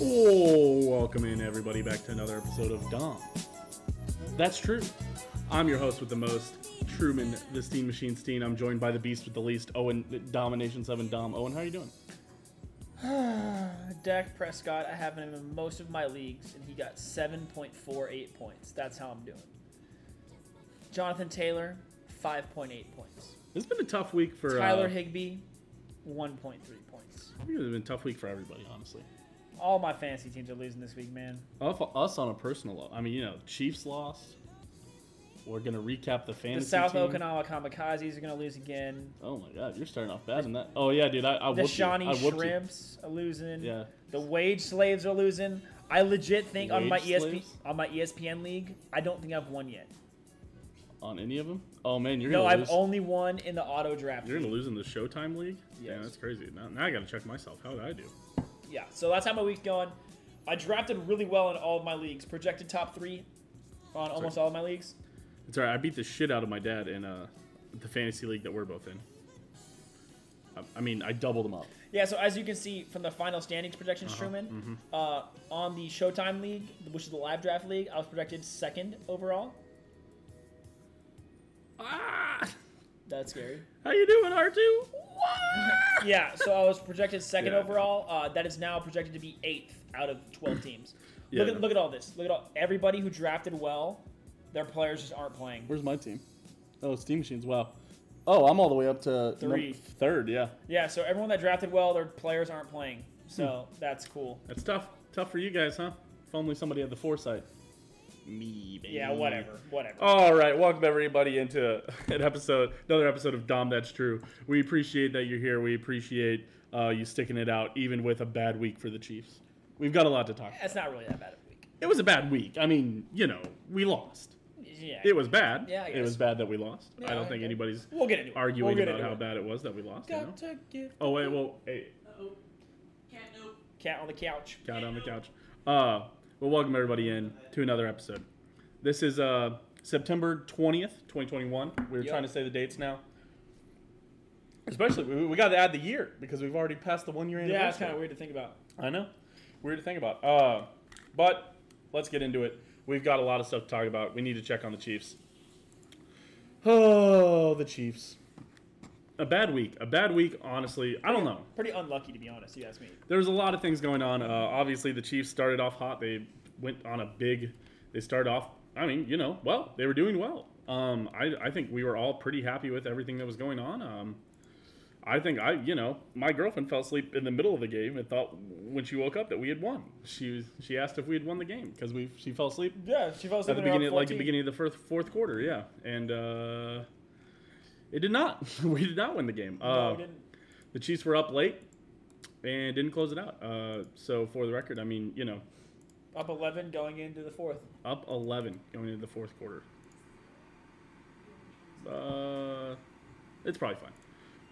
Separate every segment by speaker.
Speaker 1: Oh, welcome in everybody back to another episode of Dom. That's true. I'm your host with the most, Truman, the Steam Machine Steen. I'm joined by the Beast with the least, Owen, Domination Seven Dom. Owen, how are you doing?
Speaker 2: Dak Prescott, I have him in most of my leagues, and he got 7.48 points. That's how I'm doing. Jonathan Taylor, 5.8 points.
Speaker 1: It's been a tough week for
Speaker 2: Tyler
Speaker 1: Uh,
Speaker 2: Higbee, 1.3 points.
Speaker 1: I think it's been a tough week for everybody, honestly.
Speaker 2: All my fantasy teams are losing this week, man.
Speaker 1: Off- Us on a personal level. I mean, you know, Chiefs lost. We're gonna recap the
Speaker 2: The
Speaker 1: fantasy.
Speaker 2: South
Speaker 1: team.
Speaker 2: Okinawa Kamikazes are going to lose again.
Speaker 1: Oh my god, you're starting off bad in that. Oh yeah, dude, I, I
Speaker 2: The
Speaker 1: whooped you. I
Speaker 2: Shawnee
Speaker 1: whooped you.
Speaker 2: Shrimps are losing.
Speaker 1: Yeah.
Speaker 2: The wage slaves are losing. I legit think on my
Speaker 1: Wage
Speaker 2: ESP,
Speaker 1: slaves?
Speaker 2: on my E ESPN league, I don't think I've won yet.
Speaker 1: on any of them. Oh man, you're
Speaker 2: No,
Speaker 1: gonna
Speaker 2: I've
Speaker 1: lose.
Speaker 2: only won in the auto draft.
Speaker 1: You're
Speaker 2: league.
Speaker 1: gonna lose in the Showtime League. Yeah,
Speaker 2: Yes.
Speaker 1: that's crazy. Now, now I gotta check myself. How did I do?
Speaker 2: yeah, so that's how my week's going. I drafted really well in all of my leagues. Projected top three on almost all of my leagues.
Speaker 1: It's alright. I beat the shit out of my dad in uh, the fantasy league that we're both in. I, I mean, I doubled him up.
Speaker 2: Yeah, so as you can see from the final standings
Speaker 1: Uh-huh,
Speaker 2: projections, Truman,
Speaker 1: mm-hmm.
Speaker 2: uh, on the Showtime League, which is the live draft league, I was projected second overall.
Speaker 1: Ah,
Speaker 2: That's scary.
Speaker 1: how you doing, R two? What?
Speaker 2: yeah, so I was projected second
Speaker 1: Yeah.
Speaker 2: overall. Uh, that is now projected to be eighth out of twelve teams.
Speaker 1: Yeah,
Speaker 2: look at
Speaker 1: no.
Speaker 2: look at all this. Look at all everybody who drafted well. Their players just aren't playing.
Speaker 1: Where's my team? Oh, Steam Machines. Wow. Oh, I'm all the way up to
Speaker 2: Three.
Speaker 1: third. Yeah,
Speaker 2: Yeah, so everyone that drafted well, their players aren't playing. So
Speaker 1: Hmm.
Speaker 2: that's cool.
Speaker 1: that's tough. Tough for you guys, huh? If only somebody had the foresight. Me, baby.
Speaker 2: Yeah, whatever, whatever.
Speaker 1: All right, welcome everybody into an episode, another episode of Dom. That's true. We appreciate that you're here. We appreciate uh, you sticking it out, even with a bad week for the Chiefs. We've got a lot to talk. about.
Speaker 2: That's not really that bad of a week.
Speaker 1: It was a bad week. I mean, you know, we lost.
Speaker 2: Yeah,
Speaker 1: It was bad.
Speaker 2: Yeah, I
Speaker 1: it was
Speaker 2: guess.
Speaker 1: bad that we lost.
Speaker 2: Yeah,
Speaker 1: I don't think
Speaker 2: okay.
Speaker 1: anybody's
Speaker 2: We'll get into it.
Speaker 1: arguing
Speaker 2: we'll get
Speaker 1: about
Speaker 2: into
Speaker 1: how
Speaker 2: it.
Speaker 1: bad it was that we lost. you know?
Speaker 2: Got to give
Speaker 1: Oh wait, well, hey,
Speaker 3: Uh-oh. Cat nope.
Speaker 2: cat on the couch.
Speaker 1: Got on the couch. Uh, well, welcome everybody in to another episode. This is uh, September 20th, 2021. We were
Speaker 2: Yep.
Speaker 1: trying to say the dates now. Especially, we, we got to add the year because we've already passed the one year anniversary.
Speaker 2: Yeah, it's kind of weird to think about.
Speaker 1: I know. Weird to think about. Uh, but let's get into it. We've got a lot of stuff to talk about. We need to check on the Chiefs. Oh, the Chiefs. A bad week. A bad week, honestly. I don't know.
Speaker 2: Pretty unlucky, to be honest. You ask me.
Speaker 1: There was a lot of things going on. Uh, obviously, the Chiefs started off hot. They went on a big. They started off. I mean, you know, well, they were doing well. Um, I, I think we were all pretty happy with everything that was going on. Um, I think I, you know, my girlfriend fell asleep in the middle of the game and thought when she woke up that we had won. She was, she asked if we had won the game because we she fell asleep
Speaker 2: Yeah, she fell
Speaker 1: at
Speaker 2: asleep
Speaker 1: the
Speaker 2: when we were
Speaker 1: beginning,
Speaker 2: up
Speaker 1: like the
Speaker 2: 14.
Speaker 1: beginning of the first fourth quarter. Yeah, and uh, it did not. we did not win the game.
Speaker 2: No,
Speaker 1: Uh,
Speaker 2: we didn't.
Speaker 1: the Chiefs were up late and didn't close it out. Uh, so for the record, I mean, you know,
Speaker 2: Up eleven going into the fourth.
Speaker 1: up 11 going into the fourth quarter. Uh, it's probably fine.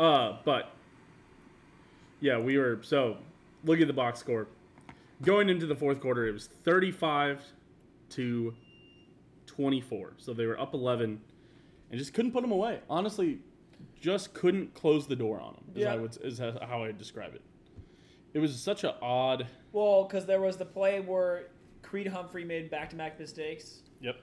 Speaker 1: Uh, but yeah, we were so look at the box score. Going into the fourth quarter, it was 35 to 24. So they were up 11 and just couldn't put them away. Honestly, just couldn't close the door on them. Is
Speaker 2: Yeah.
Speaker 1: I would is how I would describe it. It was such an odd.
Speaker 2: Well, because there was the play where Creed Humphrey made back-to-back mistakes,
Speaker 1: Yep.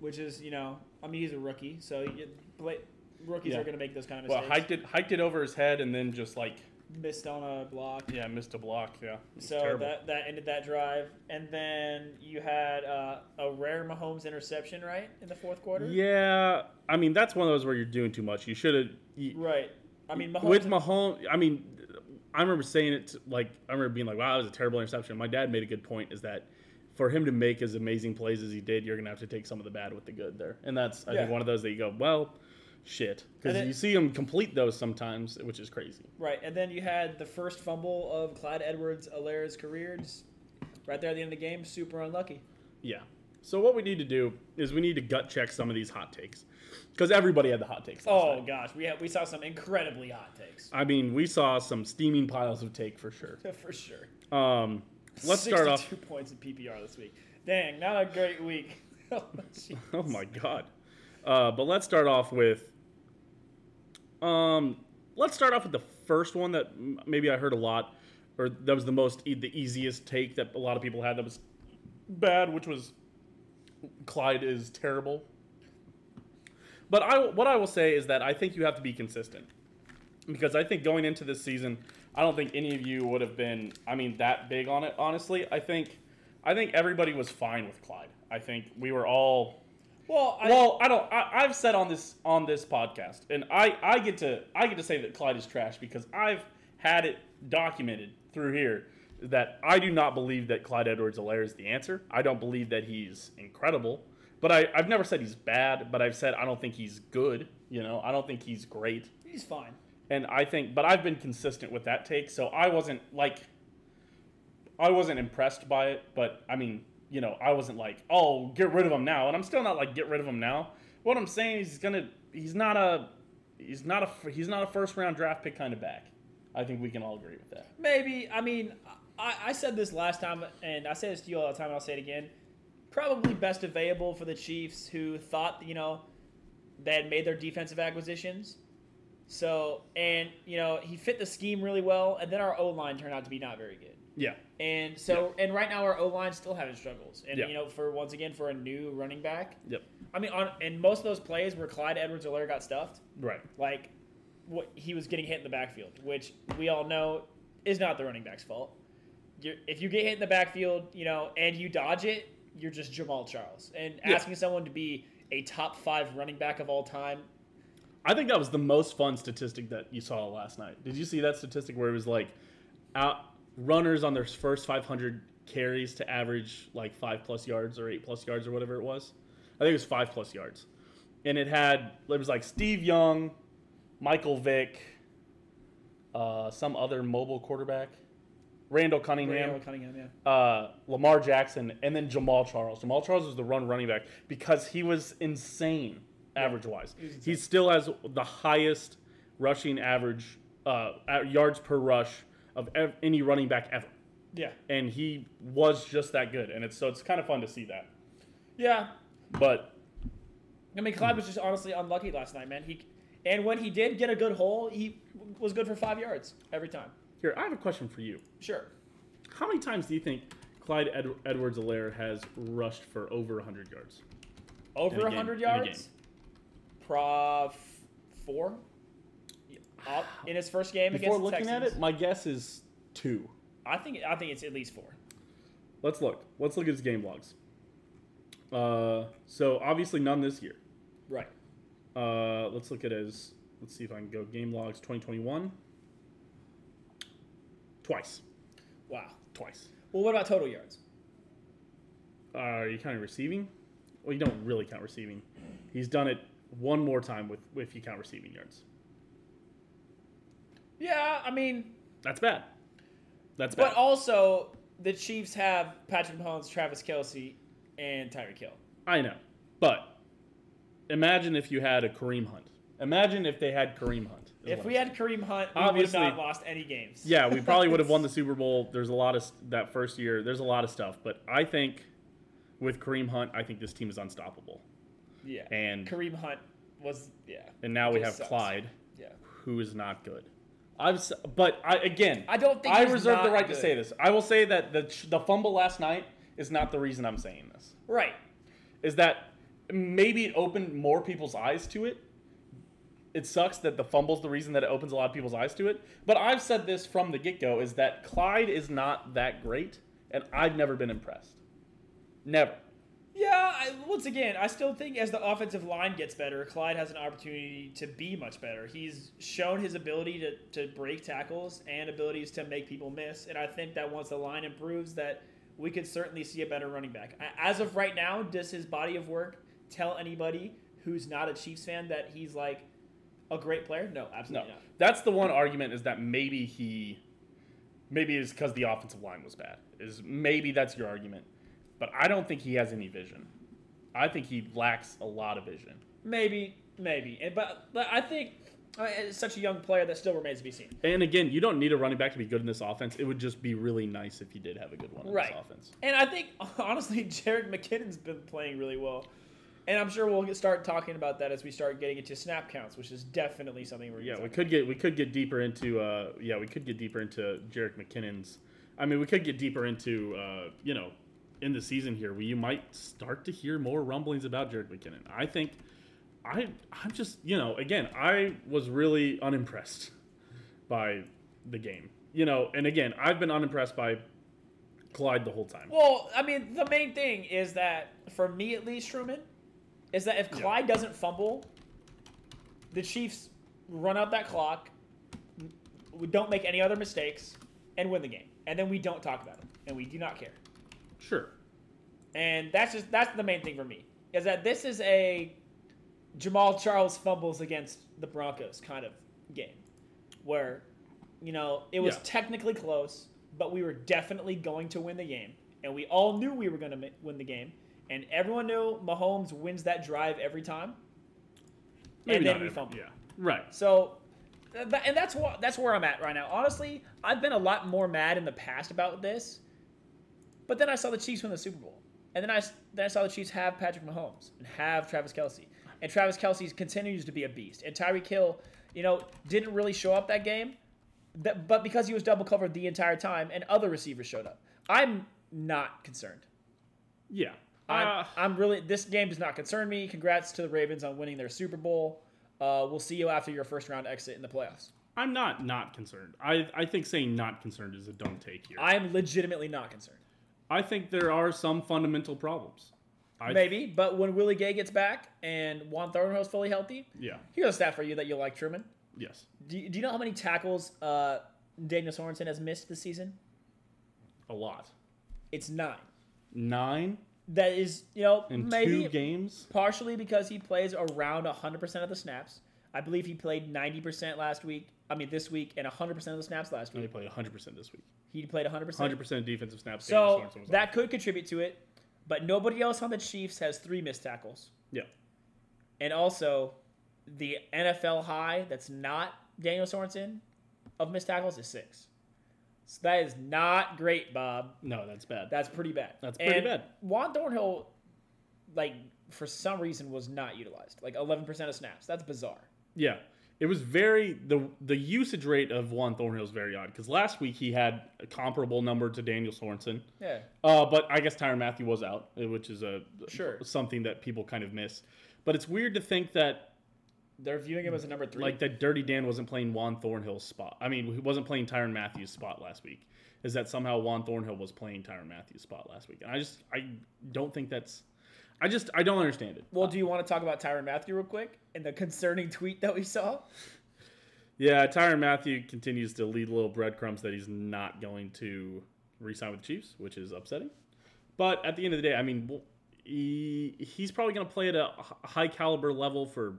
Speaker 2: which is you know, I mean he's a rookie, so you, play, rookies
Speaker 1: Yeah.
Speaker 2: are going to make those kind of
Speaker 1: Well,
Speaker 2: mistakes.
Speaker 1: hiked it hiked it over his head and then just like
Speaker 2: Missed on a block.
Speaker 1: Yeah, missed a block. Yeah. It's
Speaker 2: So
Speaker 1: terrible.
Speaker 2: that that ended that drive, and then you had uh, a rare Mahomes interception, right, in the fourth quarter.
Speaker 1: Yeah, I mean that's one of those where you're doing too much. You should have. you-
Speaker 2: Right. I mean, Mahomes.
Speaker 1: with Mahomes, I mean, I remember saying it to- like I remember being like, "Wow, that was a terrible interception." My dad made a good point: is that for him to make as amazing plays as he did, you're gonna have to take some of the bad with the good there, and that's I
Speaker 2: Yeah.
Speaker 1: think one of those that you go, "Well, shit," because
Speaker 2: And it-
Speaker 1: you see him complete those sometimes, which is crazy.
Speaker 2: right, and then you had the first fumble of Clyde edwards alaire's career, just right there at the end of the game. Super unlucky.
Speaker 1: Yeah. So what we need to do is we need to gut check some of these hot takes, because everybody had the hot takes. last
Speaker 2: Oh
Speaker 1: night.
Speaker 2: gosh, we had, we saw some incredibly hot takes
Speaker 1: I mean, we saw some steaming piles of take for sure.
Speaker 2: for sure.
Speaker 1: Um, Uh, let's start off.
Speaker 2: Two points in PPR this week. Dang, not a great week. oh, jeez.
Speaker 1: Oh my god. Uh, but let's start off with. Um, let's start off with the first one that m- maybe I heard a lot. or that was the most e- the easiest take that a lot of people had that was bad, which was Clyde is terrible. But I what I will say is that I think you have to be consistent because I think going into this season, I don't think any of you would have been, I mean, that big on it. Honestly, I think, I think everybody was fine with Clyde. I think we were all.
Speaker 2: Well, I,
Speaker 1: Well, I don't. I, I've said on this on this podcast, and I I get to I get to say that Clyde is trash because I've had it documented through here that I do not believe that Clyde Edwards-Helaire is the answer. I don't believe that he's incredible, but I I've never said he's bad. But I've said I don't think he's good. You know, I don't think he's great.
Speaker 2: he's fine.
Speaker 1: And I think, but I've been consistent with that take, so I wasn't like, I wasn't impressed by it. But I mean, you know, I wasn't like, oh, get rid of him now. And I'm still not like, get rid of him now. What I'm saying is, he's gonna, he's not a, he's not a, he's not a first round draft pick kind of back. I think we can all agree with that.
Speaker 2: Maybe. I mean, I, I said this last time, and I say this to you all the time, and I'll say it again. Probably best available for the Chiefs, who thought you know they had made their defensive acquisitions. So, and you know he fit the scheme really well, and then our O line turned out to be not very good.
Speaker 1: Yeah,
Speaker 2: And so, and right now our O line still having struggles. And
Speaker 1: Yeah.
Speaker 2: you know, for once again for a new running back,
Speaker 1: yep,
Speaker 2: I mean, on and most of those plays where Clyde Edwards-Helaire got stuffed,
Speaker 1: right.
Speaker 2: like what he was getting hit in the backfield, which we all know is not the running back's fault. You're, if you get hit in the backfield, you know, and you dodge it, you're just Jamal Charles. And
Speaker 1: Yeah.
Speaker 2: asking someone to be a top five running back of all time,
Speaker 1: I think that was the most fun statistic that you saw last night. Did you see that statistic where it was like out runners on their first 500 carries to average like 5 plus yards or 8 plus yards or whatever it was? I think it was 5 plus yards. And it had it was like Steve Young, Michael Vick, uh, some other mobile quarterback, Randall Cunningham
Speaker 2: Randall Cunningham, yeah.
Speaker 1: uh, Lamar Jackson, and then Jamal Charles. Jamal Charles was the run running back because he was insane average wise.
Speaker 2: he was insane.
Speaker 1: He still has the highest rushing average uh, uh, yards per rush of ev- any running back ever,
Speaker 2: Yeah.
Speaker 1: and he was just that good. And it's so it's kind of fun to see that.
Speaker 2: Yeah.
Speaker 1: But
Speaker 2: I mean, Clyde was just honestly unlucky last night, man. He and when he did get a good hole, he was good for five yards every time.
Speaker 1: here, I have a question for you.
Speaker 2: Sure.
Speaker 1: How many times do you think Clyde Ed- Edwards-Helaire has rushed for over 100 yards?
Speaker 2: Over
Speaker 1: In a game,
Speaker 2: 100
Speaker 1: in a
Speaker 2: yards? Prov four? Up in his first game
Speaker 1: Before
Speaker 2: against
Speaker 1: looking
Speaker 2: the
Speaker 1: at
Speaker 2: Texans?
Speaker 1: it, my guess is two.
Speaker 2: I think I think it's at least four.
Speaker 1: Let's look. Let's look at his game logs. Uh, so obviously none this year.
Speaker 2: Right.
Speaker 1: Uh, let's look at his. Let's see if I can go game logs 2021. Twice.
Speaker 2: Wow.
Speaker 1: Twice.
Speaker 2: Well, what about total yards?
Speaker 1: Uh, are you counting receiving? Well, you don't really count receiving. He's done it one more time with if you count receiving yards.
Speaker 2: Yeah, I mean,
Speaker 1: That's bad. That's bad.
Speaker 2: but also the Chiefs have Patrick Mahomes, Travis Kelsey, and Tyreek Hill.
Speaker 1: I know, but imagine if you had a Kareem Hunt. Imagine if they had Kareem Hunt. is
Speaker 2: If
Speaker 1: what
Speaker 2: we
Speaker 1: I'm
Speaker 2: had Kareem Hunt, we
Speaker 1: Obviously-
Speaker 2: would have not lost any games.
Speaker 1: Yeah, we probably would have won the Super Bowl. There's a lot of that first year. There's a lot of stuff, but I think with Kareem Hunt, I think this team is unstoppable.
Speaker 2: yeah.
Speaker 1: And
Speaker 2: Kareem Hunt was yeah.
Speaker 1: and now we have
Speaker 2: Just sucks.
Speaker 1: Clyde,
Speaker 2: Yeah.
Speaker 1: who is not good. I've s- but I again,
Speaker 2: I don't think
Speaker 1: I
Speaker 2: he's
Speaker 1: reserve the
Speaker 2: not
Speaker 1: right
Speaker 2: good.
Speaker 1: to say this. I will say that the ch- the fumble last night is not the reason I'm saying this.
Speaker 2: Right.
Speaker 1: Is that maybe it opened more people's eyes to it? It sucks that the fumble's the reason that it opens a lot of people's eyes to it. But I've said this from the get go is that Clyde is not that great, and I've never been impressed. Never.
Speaker 2: Yeah, I, once again, I still think as the offensive line gets better, Clyde has an opportunity to be much better. He's shown his ability to, to break tackles and abilities to make people miss, and I think that once the line improves, that we could certainly see a better running back. A- As of right now, does his body of work tell anybody who's not a Chiefs fan that he's like a great player? No,
Speaker 1: No.
Speaker 2: absolutely not.
Speaker 1: That's the one argument is that maybe he maybe it's because the offensive line was bad. Is maybe that's your argument. But I don't think he has any vision. I think he lacks a lot of vision.
Speaker 2: Maybe, maybe, and, but, but I think uh, it's such a young player that still remains to be seen.
Speaker 1: And again, you don't need a running back to be good in this offense. It would just be really nice if you did have a good one in
Speaker 2: Right.
Speaker 1: this offense.
Speaker 2: And I think honestly, Jared McKinnon's been playing really well. And I'm sure we'll get, start talking about that as we start getting into snap counts, which is definitely something we're.
Speaker 1: Yeah,
Speaker 2: gonna
Speaker 1: we
Speaker 2: talk
Speaker 1: could get we could get deeper into uh yeah we could get deeper into Jarek McKinnon's. I mean, we could get deeper into uh you know in the season here. We you might start to hear more rumblings about Jarek McKinnon. I think I I'm just you know again I was really unimpressed by the game. You know, and again I've been unimpressed by Clyde the whole time.
Speaker 2: Well, I mean, the main thing is that for me at least, Truman, is that if Clyde doesn't fumble, the Chiefs run out that clock, we don't make any other mistakes, and win the game. And then we don't talk about it, and we do not care.
Speaker 1: Sure.
Speaker 2: And that's just that's the main thing for me is that this is a Jamal Charles fumbles against the Broncos kind of game where you know it was
Speaker 1: Yeah.
Speaker 2: technically close, but we were definitely going to win the game, and we all knew we were going to mi- win the game, and everyone knew Mahomes wins that drive every time,
Speaker 1: Maybe
Speaker 2: and
Speaker 1: not
Speaker 2: then we
Speaker 1: every-
Speaker 2: fumble.
Speaker 1: Yeah. Right.
Speaker 2: So, th- th- and that's what that's where I'm at right now. Honestly, I've been a lot more mad in the past about this, but then I saw the Chiefs win the Super Bowl, and then I s- then I saw the Chiefs have Patrick Mahomes and have Travis Kelsey, and Travis Kelsey continues to be a beast, and Tyreek Hill, you know, didn't really show up that game, that, but because he was double covered the entire time, and other receivers showed up, I'm not concerned.
Speaker 1: Yeah.
Speaker 2: I'm,
Speaker 1: Uh,
Speaker 2: I'm really this game does not concern me. Congrats to the Ravens on winning their Super Bowl. Uh, we'll see you after your first round exit in the playoffs.
Speaker 1: I'm not not concerned. I I think saying not concerned is a dumb take here.
Speaker 2: I'm legitimately not concerned.
Speaker 1: I think there are some fundamental problems. I,
Speaker 2: Maybe, but when Willie Gay gets back and Juan Thornhill's fully healthy,
Speaker 1: Yeah.
Speaker 2: here's a stat for you that you'll like, Truman.
Speaker 1: Yes.
Speaker 2: Do you, do you know how many tackles uh, Daniel Sorensen has missed this season?
Speaker 1: A lot.
Speaker 2: It's nine.
Speaker 1: Nine
Speaker 2: That is, you know,
Speaker 1: in
Speaker 2: maybe
Speaker 1: two games.
Speaker 2: partially because he plays around 100% of the snaps. I believe he played 90% last week. I mean, this week, and 100% of the snaps last
Speaker 1: And they
Speaker 2: week.
Speaker 1: played 100 percent this week.
Speaker 2: He played 100%.
Speaker 1: 100 percent defensive snaps.
Speaker 2: So
Speaker 1: Daniel Sorensen was on.
Speaker 2: that could contribute to it, but nobody else on the Chiefs has three missed tackles.
Speaker 1: yeah,
Speaker 2: And also, the NFL high that's not Daniel Sorensen of missed tackles is six. So that is not great, Bob.
Speaker 1: no, that's bad.
Speaker 2: That's pretty bad.
Speaker 1: That's pretty
Speaker 2: And
Speaker 1: bad.
Speaker 2: Juan Thornhill, like, for some reason was not utilized. Like 11% of snaps. That's bizarre.
Speaker 1: yeah, it was very the the usage rate of Juan Thornhill is very odd because last week he had a comparable number to Daniel Sorensen.
Speaker 2: Yeah.
Speaker 1: Uh, but I guess Tyron Matthew was out, uh, which is a
Speaker 2: Sure.
Speaker 1: something that people kind of miss. But it's weird to think that
Speaker 2: They're viewing him as a number three.
Speaker 1: like that Dirty Dan wasn't playing Juan Thornhill's spot. I mean, he wasn't playing Tyron Matthews' spot last week. Is that somehow Juan Thornhill was playing Tyron Matthews' spot last week? And I just I don't think that's I just I don't understand it.
Speaker 2: well, do you want to talk about Tyron Matthew real quick and the concerning tweet that we saw?
Speaker 1: Yeah, Tyron Matthew continues to lead little breadcrumbs that he's not going to re-sign with the Chiefs, which is upsetting. But at the end of the day, I mean, well, he, he's probably going to play at a h- high caliber level for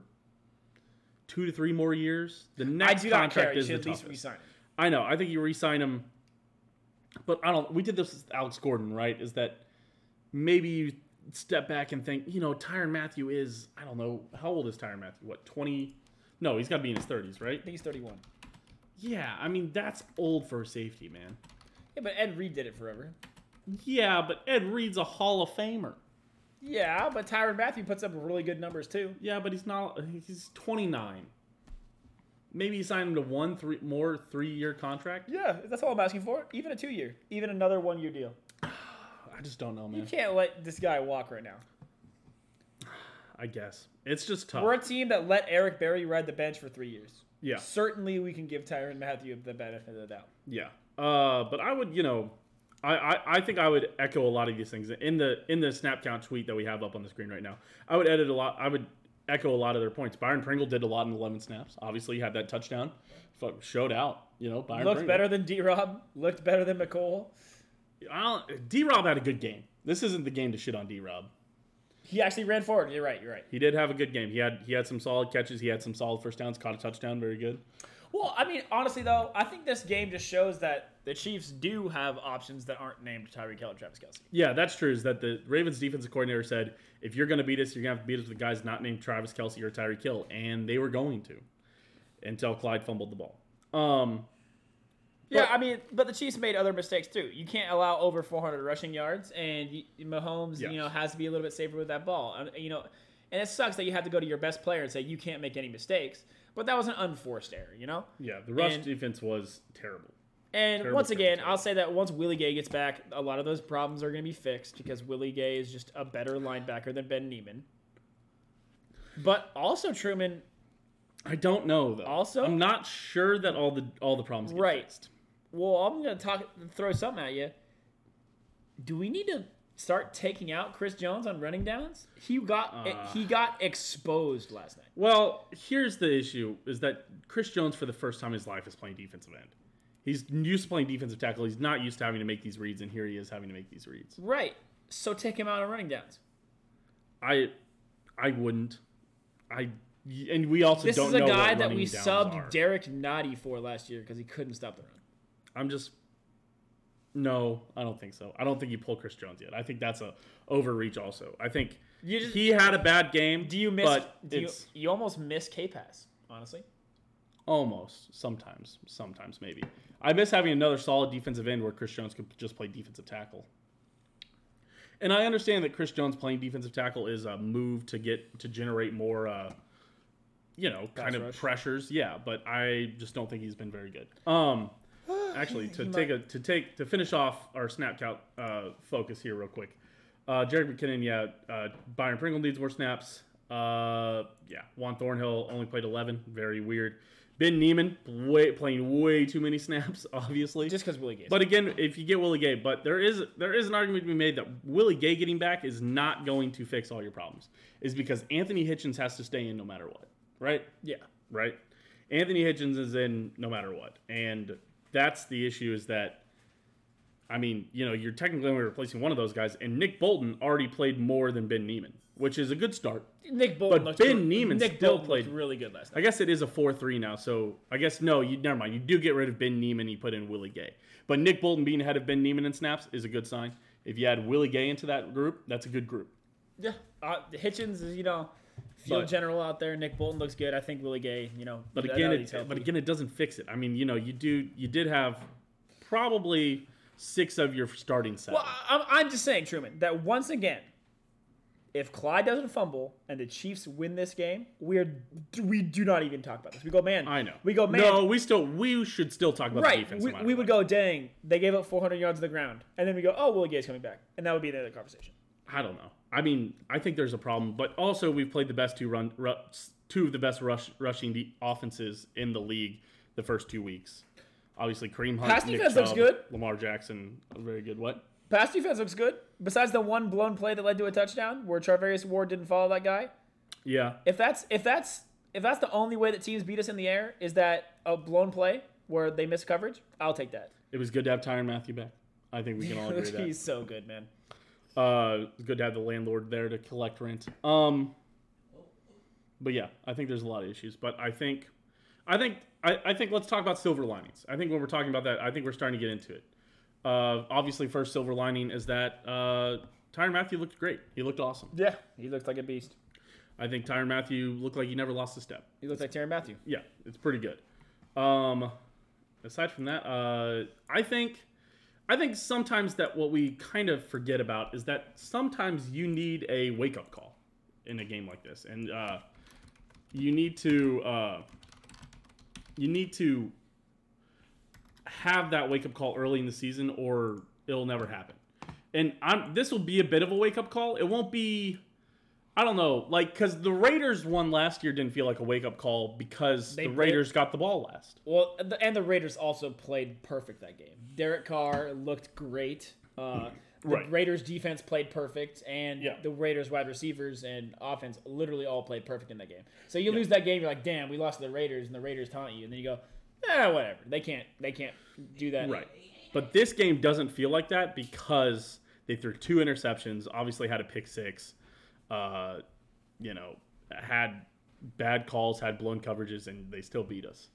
Speaker 1: two to three more years. The
Speaker 2: I
Speaker 1: next
Speaker 2: do not
Speaker 1: contract
Speaker 2: care. You
Speaker 1: is the
Speaker 2: should at least
Speaker 1: toughest.
Speaker 2: resign him.
Speaker 1: I know. I think you re-sign him, but I don't. We did this with Alex Gordon, right? Is that maybe you step back and think, you know, Tyron Matthew is I don't know how old is Tyron Matthew? What twenty? No, he's got to be in his thirties, right?
Speaker 2: I think he's 31.
Speaker 1: Yeah, I mean that's old for a safety, man.
Speaker 2: Yeah, but Ed Reed did it forever.
Speaker 1: Yeah, but Ed Reed's a Hall of Famer.
Speaker 2: Yeah, but Tyron Matthew puts up really good numbers too.
Speaker 1: Yeah, but he's not. He's twenty nine. Maybe you sign him to one three more three year contract.
Speaker 2: Yeah, that's all I'm asking for. Even a two year, even another one year deal.
Speaker 1: I just don't know,
Speaker 2: You
Speaker 1: man.
Speaker 2: can't let this guy walk right now.
Speaker 1: I guess it's just tough.
Speaker 2: We're a team that let Eric Berry ride the bench for three years.
Speaker 1: yeah.
Speaker 2: Certainly, we can give Tyron Matthew the benefit of the doubt.
Speaker 1: Yeah. Uh, but I would, you know, I, I, I think I would echo a lot of these things in the in the snap count tweet that we have up on the screen right now. I would edit a lot. I would echo a lot of their points. Byron Pringle did a lot in 11 snaps. Obviously, he had that touchdown. Fuck, showed out. You know, Byron
Speaker 2: Looked
Speaker 1: Pringle.
Speaker 2: better than D Rob. Looked better than McColl.
Speaker 1: D Rob had a good game. This isn't the game to shit on D Rob.
Speaker 2: He actually ran forward. You're right. You're right.
Speaker 1: He did have a good game. He had he had some solid catches. He had some solid first downs. Caught a touchdown. Very good.
Speaker 2: Well, I mean, honestly though, I think this game just shows that the Chiefs do have options that aren't named Tyreek Hill and Travis Kelsey.
Speaker 1: Yeah, that's true. Is that the Ravens defensive coordinator said, if you're going to beat us, you're going to have to beat us with guys not named Travis Kelsey or Tyreek Hill, and they were going to until Clyde fumbled the ball. Um,
Speaker 2: Yeah,
Speaker 1: But-
Speaker 2: I mean, but the Chiefs made other mistakes too. You can't allow over 400 rushing yards, and y Mahomes,
Speaker 1: Yes.
Speaker 2: you know, has to be a little bit safer with that ball. And, You know, And it sucks that you have to go to your best player and say you can't make any mistakes. But that was an unforced error, you know.
Speaker 1: Yeah, the rush
Speaker 2: And-
Speaker 1: defense was terrible.
Speaker 2: And
Speaker 1: Terrible,
Speaker 2: once
Speaker 1: terrible,
Speaker 2: again,
Speaker 1: terrible.
Speaker 2: I'll say that once Willie Gay gets back, a lot of those problems are going to be fixed because Willie Gay is just a better linebacker than Ben Neiman. But also Truman,
Speaker 1: I don't know though.
Speaker 2: Also-
Speaker 1: I'm not sure that all the all the problems get
Speaker 2: Right.
Speaker 1: fixed.
Speaker 2: well, I'm going to talk throw something at you. Do we need to start taking out Chris Jones on running downs? He got e,
Speaker 1: Uh.
Speaker 2: he got exposed last night.
Speaker 1: Well, here's the issue: is that Chris Jones, for the first time in his life, is playing defensive end. He's used to playing defensive tackle. He's not used to having to make these reads, and here he is having to make these reads.
Speaker 2: Right. So take him out on running downs.
Speaker 1: I, I wouldn't. I and we also
Speaker 2: This
Speaker 1: don't
Speaker 2: is a
Speaker 1: know what
Speaker 2: guy that
Speaker 1: running
Speaker 2: we
Speaker 1: downs
Speaker 2: subbed
Speaker 1: are.
Speaker 2: Derek Nottie for last year because he couldn't stop the run.
Speaker 1: I'm just. No, I don't think so. I don't think you pull Chris Jones yet. I think that's a overreach. Also, I think
Speaker 2: You just-
Speaker 1: he had a bad game.
Speaker 2: Do you miss?
Speaker 1: But
Speaker 2: do you,
Speaker 1: it's
Speaker 2: you almost miss K pass, honestly.
Speaker 1: almost sometimes, sometimes maybe. I miss having another solid defensive end where Chris Jones could just play defensive tackle. And I understand that Chris Jones playing defensive tackle is a move to get to generate more, uh, you know,
Speaker 2: Pass
Speaker 1: kind of
Speaker 2: rush.
Speaker 1: pressures. Yeah, but I just don't think he's been very good. Um, actually, to take a to take to finish off our snap count uh, focus here real quick. Uh, Jared McKinnon, yeah. Uh, Byron Pringle needs more snaps. Uh, yeah. Juan Thornhill only played 11. Very weird. Ben Neiman way, playing way too many snaps, obviously.
Speaker 2: Just because Willie Gay.
Speaker 1: But again, if you get Willie Gay, but there is there is an argument to be made that Willie Gay getting back is not going to fix all your problems. Is because Anthony Hitchens has to stay in no matter what, right?
Speaker 2: yeah,
Speaker 1: Right? Anthony Hitchens is in no matter what, and that's the issue. Is that I mean, you know, you're technically only replacing one of those guys, and Nick Bolton already played more than Ben Neiman, which is a good start.
Speaker 2: Nick Bolton.
Speaker 1: But
Speaker 2: looked
Speaker 1: Ben
Speaker 2: re-
Speaker 1: Neiman
Speaker 2: Nick
Speaker 1: still
Speaker 2: Bolton looked
Speaker 1: played-
Speaker 2: really good last
Speaker 1: I
Speaker 2: night.
Speaker 1: guess it is a four three now, so I guess no, you never mind. You do get rid of Ben Neiman, you put in Willie Gay. But Nick Bolton being ahead of Ben Neiman in snaps is a good sign. If you add Willie Gay into that group, that's a good group.
Speaker 2: Yeah, uh, Hitchins is you know field
Speaker 1: But-
Speaker 2: general out there. Nick Bolton looks good. I think Willie Gay. You know,
Speaker 1: But
Speaker 2: now
Speaker 1: again,
Speaker 2: that
Speaker 1: it,
Speaker 2: he's healthy-
Speaker 1: but again, it doesn't fix it. I mean, you know, you do you did have probably six of your starting seven.
Speaker 2: Well, I- I'm, I'm just saying, Truman, that once again, if Clyde doesn't fumble and the Chiefs win this game, we're we do not even talk about this. We go, man.
Speaker 1: I know.
Speaker 2: We go, man.
Speaker 1: No, we still we should still talk about the
Speaker 2: Right,
Speaker 1: defense.
Speaker 2: we,
Speaker 1: no matter
Speaker 2: we would
Speaker 1: what.
Speaker 2: go, dang, they gave up 400 yards to the ground, and then we go, oh, Willie Gay's coming back, and that would be the end of the conversation.
Speaker 1: I don't know. I mean, I think there's a problem, but also we've played the best two run ru- two of the best rush rushing de- offenses in the league the first two weeks. Obviously, Kareem Hunt,
Speaker 2: Pass
Speaker 1: Nick
Speaker 2: defense looks
Speaker 1: Chubb,
Speaker 2: good.
Speaker 1: Lamar Jackson, a very good. What?
Speaker 2: Pass defense looks good. Besides the one blown play that led to a touchdown, where Charvarius Ward didn't follow that guy.
Speaker 1: Yeah,
Speaker 2: If that's if that's if that's the only way that teams beat us in the air is that a blown play where they miss coverage, I'll take that.
Speaker 1: it was good to have Tyron Matthew back. I think we can all agree with that.
Speaker 2: He's so good, man.
Speaker 1: Uh, it's good to have the landlord there to collect rent. Um, but yeah, I think there's a lot of issues. But I think, I think, I, I think let's talk about silver linings. I think when we're talking about that, I think we're starting to get into it. Uh, obviously, first silver lining is that uh, Tyron Matthew looked great. He looked awesome.
Speaker 2: Yeah, he looked like a beast.
Speaker 1: I think Tyron Matthew looked like he never lost a step.
Speaker 2: He looked like Terry Matthew.
Speaker 1: Yeah, it's pretty good. Um, aside from that, uh, I think I think sometimes that what we kind of forget about is that sometimes you need a wake up call in a game like this, and uh, you need to uh, you need to have that wake up call early in the season, or it'll never happen. And I'm this will be a bit of a wake up call. It won't be. I don't know, like because the Raiders one last year didn't feel like a wake up call because
Speaker 2: They
Speaker 1: the
Speaker 2: played-
Speaker 1: Raiders got the ball last.
Speaker 2: Well, and the- and the Raiders also played perfect that game. Derek Carr looked great. Uh, the
Speaker 1: Right.
Speaker 2: Raiders defense played perfect, and
Speaker 1: Yeah.
Speaker 2: the Raiders wide receivers and offense literally all played perfect in that game. So you lose that game, you're like, damn, we lost to the Raiders, and the Raiders taunt you, and then you go, eh, whatever. They can't, they can't do that.
Speaker 1: Right. But this game doesn't feel like that because they threw two interceptions, obviously had a pick six, uh, you know, had bad calls, had blown coverages, and they still beat us.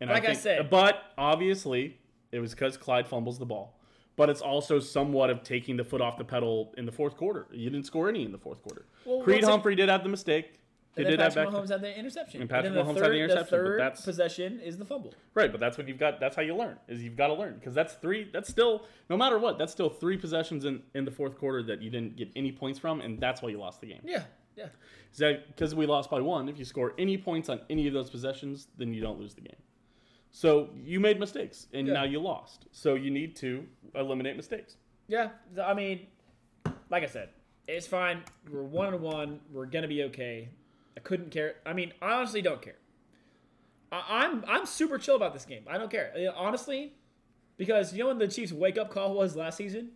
Speaker 1: And
Speaker 2: Like I
Speaker 1: think-
Speaker 2: said-
Speaker 1: but obviously it was because Clyde fumbles the ball. But it's also somewhat of taking the foot off the pedal in the fourth quarter. You didn't score any in the fourth quarter.
Speaker 2: Well,
Speaker 1: Creed
Speaker 2: once ag-
Speaker 1: Humphrey did have the mistake. He
Speaker 2: And then
Speaker 1: did have
Speaker 2: Patrick
Speaker 1: back.
Speaker 2: Mahomes had the interception.
Speaker 1: And Patrick
Speaker 2: then
Speaker 1: Mahomes
Speaker 2: the
Speaker 1: had
Speaker 2: third,
Speaker 1: the interception, but
Speaker 2: third
Speaker 1: that's-
Speaker 2: possession is the fumble.
Speaker 1: Right, but that's when you've got. That's how you learn. Is you've got to learn because that's three. That's still no matter what. That's still three possessions in in the fourth quarter that you didn't get any points from, and that's why you lost the game.
Speaker 2: Yeah. Yeah.
Speaker 1: Is that because we lost by one? If you score any points on any of those possessions, then you don't lose the game. So you made mistakes, and
Speaker 2: Yeah.
Speaker 1: now you lost. So you need to eliminate mistakes.
Speaker 2: Yeah, th- I mean, like I said, it's fine. We're one and one. We're gonna be okay. I couldn't care. I mean, I honestly don't care. I, I'm I'm super chill about this game. I don't care Yeah, honestly, because you know when the Chiefs' wake up call was last season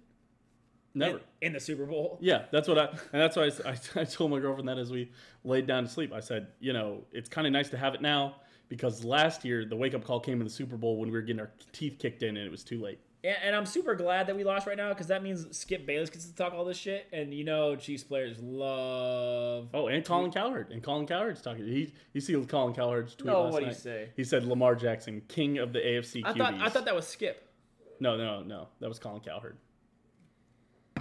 Speaker 1: Never.
Speaker 2: in, in the Super Bowl.
Speaker 1: Yeah, that's what I, and that's why I s- I, I told my girlfriend that as we laid down to sleep. I said, you know, it's kind of nice to have it now because last year the wake up call came in the Super Bowl when we were getting our teeth kicked in and it was too late.
Speaker 2: And, and I'm super glad that we lost right now because that means Skip Bayless gets to talk all this shit, and you know Chiefs players love.
Speaker 1: Oh, and
Speaker 2: Mm.
Speaker 1: Colin Cowherd. And Colin Cowherd's talking. He, you see Colin Cowherd's tweet
Speaker 2: No,
Speaker 1: last
Speaker 2: what'd he
Speaker 1: night.
Speaker 2: say?
Speaker 1: He said Lamar Jackson, king of the AFC
Speaker 2: I
Speaker 1: QBs.
Speaker 2: thought I thought that was Skip.
Speaker 1: No, no, no. That was Colin Cowherd.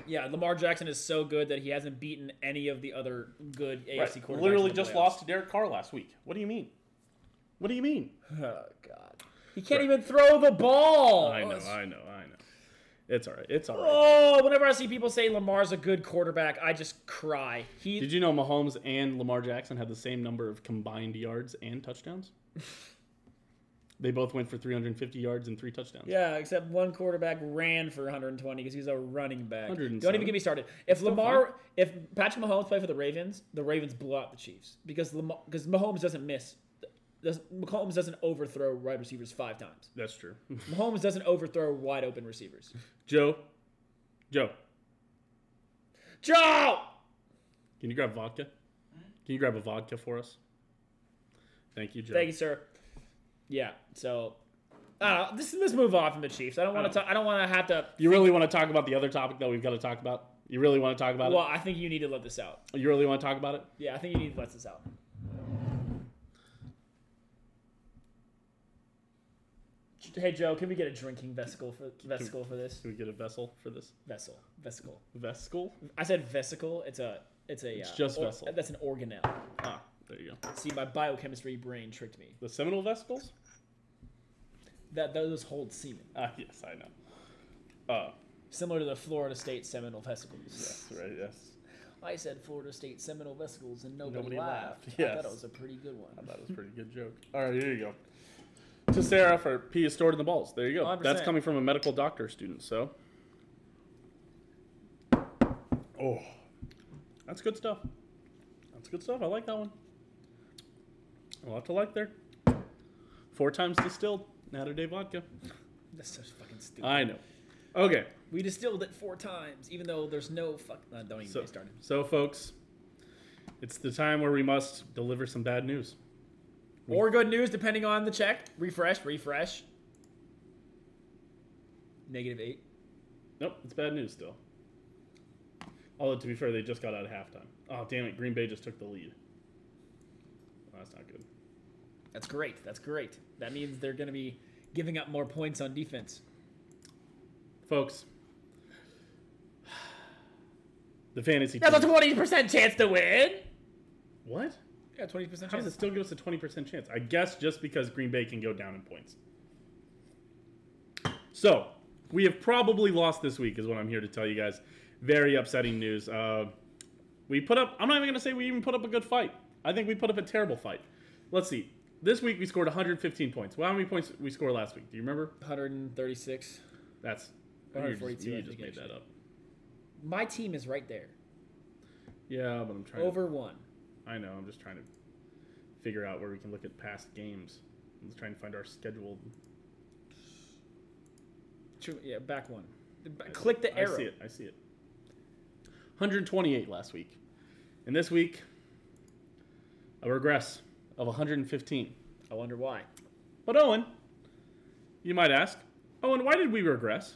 Speaker 2: Yeah, Lamar Jackson is so good that he hasn't beaten any of the other good AFC quarterbacks. in
Speaker 1: Literally
Speaker 2: the
Speaker 1: just
Speaker 2: playoffs.
Speaker 1: lost to Derek Carr last week. What do you mean? What do you mean?
Speaker 2: Oh God, he can't even throw the ball.
Speaker 1: I know,
Speaker 2: Oh,
Speaker 1: I know, I know. It's all right. It's all right.
Speaker 2: Oh, whenever I see people say Lamar's a good quarterback, I just cry. He
Speaker 1: Did you know Mahomes and Lamar Jackson had the same number of combined yards and touchdowns? they both went for 350 yards and three touchdowns.
Speaker 2: yeah, except one quarterback ran for 120 because he's a running back.
Speaker 1: 107.
Speaker 2: Don't even get me started. If Lamar, if Patrick Mahomes played for the Ravens, the Ravens blew out the Chiefs because Lamar, because Mahomes doesn't miss. Doesn't, Mahomes doesn't overthrow wide receivers five times.
Speaker 1: That's true.
Speaker 2: Mahomes doesn't overthrow wide open receivers.
Speaker 1: Joe, Joe,
Speaker 2: Joe.
Speaker 1: can you grab vodka? Can you grab a vodka for us? Thank you, Joe.
Speaker 2: Thank you, sir. Yeah. So, uh, this let's move on from the Chiefs. I don't want
Speaker 1: Oh.
Speaker 2: to. I don't want to have to.
Speaker 1: You really want to talk about the other topic that we've got to talk about? You really want to talk about
Speaker 2: Well, I think you need to let this out.
Speaker 1: it? You really want to talk about it?
Speaker 2: Yeah, I think you need to let this out. Hey Joe, can we get a drinking vesicle for vesicle for this
Speaker 1: Can we get a vessel for this?
Speaker 2: vessel vesicle?
Speaker 1: Vesicle?
Speaker 2: I said vesicle. It's a it's a
Speaker 1: It's
Speaker 2: uh,
Speaker 1: just vessel.
Speaker 2: That's an organelle.
Speaker 1: Ah, there you go.
Speaker 2: See, my biochemistry brain tricked me.
Speaker 1: The seminal vesicles?
Speaker 2: That those hold semen,
Speaker 1: Ah, yes, I know. Uh,
Speaker 2: similar to the Florida State seminal vesicles.
Speaker 1: yes, right, yes.
Speaker 2: I said Florida State Seminole Vesicles, and nobody,
Speaker 1: Nobody laughed.
Speaker 2: laughed. I thought it
Speaker 1: Yes.
Speaker 2: was a pretty good one.
Speaker 1: That was a pretty good joke. All right, here you go. To Sarah for P is stored in the balls. There you go. That's
Speaker 2: 100%.
Speaker 1: coming from a medical doctor student, so. Oh. That's good stuff. That's good stuff. I like that one. A lot to like there. Four times distilled, Natterday vodka.
Speaker 2: That's so fucking stupid.
Speaker 1: I know. Okay,
Speaker 2: we distilled it four times, even though there's no fuck. No, don't even
Speaker 1: so,
Speaker 2: get started.
Speaker 1: so folks, it's the time where we must deliver some bad news. We-
Speaker 2: Or good news, depending on the check. Refresh, refresh. Negative eight.
Speaker 1: Nope, it's bad news still. Although to be fair, they just got out of halftime. Oh damn it, Green Bay just took the lead. Well, that's not good.
Speaker 2: That's great. That's great. That means they're going to be giving up more points on defense.
Speaker 1: Folks. The fantasy
Speaker 2: That's a
Speaker 1: team-
Speaker 2: twenty percent chance to win.
Speaker 1: What?
Speaker 2: Yeah, twenty percent
Speaker 1: How does it
Speaker 2: chance.
Speaker 1: still give us a twenty percent chance? I guess just because Green Bay can go down in points. So we have probably lost this week, is what I'm here to tell you guys. Very upsetting news. Uh, we put up. I'm not even going to say we even put up a good fight. I think we put up a terrible fight. Let's see. This week we scored 115 points. Well, how many points we scored last week? Do you remember?
Speaker 2: One hundred and thirty-six.
Speaker 1: That's you just,
Speaker 2: 142,
Speaker 1: you
Speaker 2: I
Speaker 1: just
Speaker 2: think,
Speaker 1: made that
Speaker 2: actually.
Speaker 1: up.
Speaker 2: My team is right there.
Speaker 1: Yeah, but I'm trying.
Speaker 2: Over one.
Speaker 1: To, I know. I'm just trying to figure out where we can look at past games. I'm just trying to find our scheduled
Speaker 2: True. Yeah, back one. The- b- Click the arrow.
Speaker 1: I see it. I see it. 128 last week. And this week, a regress of 115.
Speaker 2: I wonder why.
Speaker 1: But Owen, you might ask, Owen, why did we regress?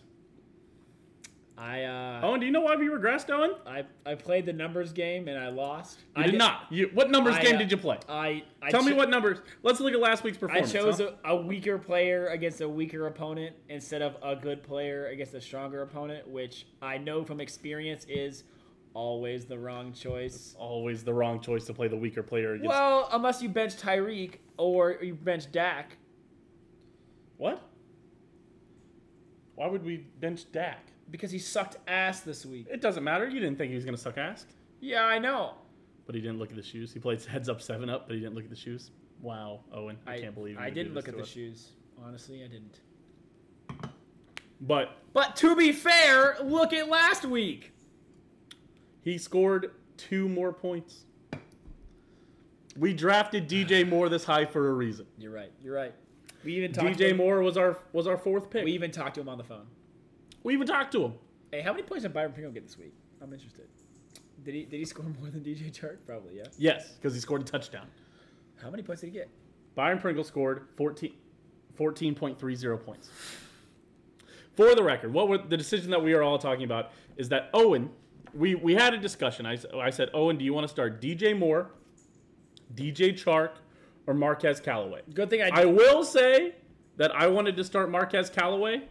Speaker 2: I uh,
Speaker 1: Owen, do you know why we regressed, Owen?
Speaker 2: I I played the numbers game and I lost.
Speaker 1: You
Speaker 2: I
Speaker 1: did
Speaker 2: di-
Speaker 1: not. You, what numbers
Speaker 2: I,
Speaker 1: game
Speaker 2: uh,
Speaker 1: did you play?
Speaker 2: I, I
Speaker 1: Tell me
Speaker 2: cho-
Speaker 1: what numbers. Let's look at last week's
Speaker 2: I
Speaker 1: performance.
Speaker 2: chose
Speaker 1: huh?
Speaker 2: a, a weaker player against a weaker opponent instead of a good player against a stronger opponent, which I know from experience is always the wrong choice.
Speaker 1: Always the wrong choice to play the weaker player against.
Speaker 2: Well, unless you bench Tyreek or you bench Dak,
Speaker 1: what? Why would we bench Dak?
Speaker 2: because he sucked ass this week.
Speaker 1: It doesn't matter. You didn't think he was going to suck ass.
Speaker 2: Yeah, I know.
Speaker 1: but he didn't look at the shoes. He played heads up, seven up, but he didn't look at the shoes. Wow, Owen, I, can't believe you
Speaker 2: I
Speaker 1: would do
Speaker 2: didn't
Speaker 1: this
Speaker 2: look at
Speaker 1: to
Speaker 2: the
Speaker 1: us.
Speaker 2: shoes. Honestly, I didn't.
Speaker 1: But
Speaker 2: But to be fair, look at last week.
Speaker 1: he scored two more points. We drafted DJ Moore this high for a reason.
Speaker 2: You're right. You're right.
Speaker 4: We even talked
Speaker 1: DJ
Speaker 4: about-
Speaker 1: Moore was our was our fourth pick.
Speaker 2: We
Speaker 1: We,
Speaker 2: even talked to him on the phone.
Speaker 1: even talked to him.
Speaker 2: Hey, how many points did Byron Pringle get this week? I'm interested. Did he did he score more than DJ Chark? Probably, yeah.
Speaker 1: Yes, because he scored a touchdown.
Speaker 2: How many points did he get?
Speaker 1: Byron Pringle scored 14, 14.30 points. For the record, what were, the decision that we are all talking about is that Owen, we, we had a discussion. I, s- I said, Owen, do you want to start DJ Moore, DJ Chark, or Marquez Callaway?
Speaker 2: Good thing I,
Speaker 1: I will say that I wanted to start Marquez Callaway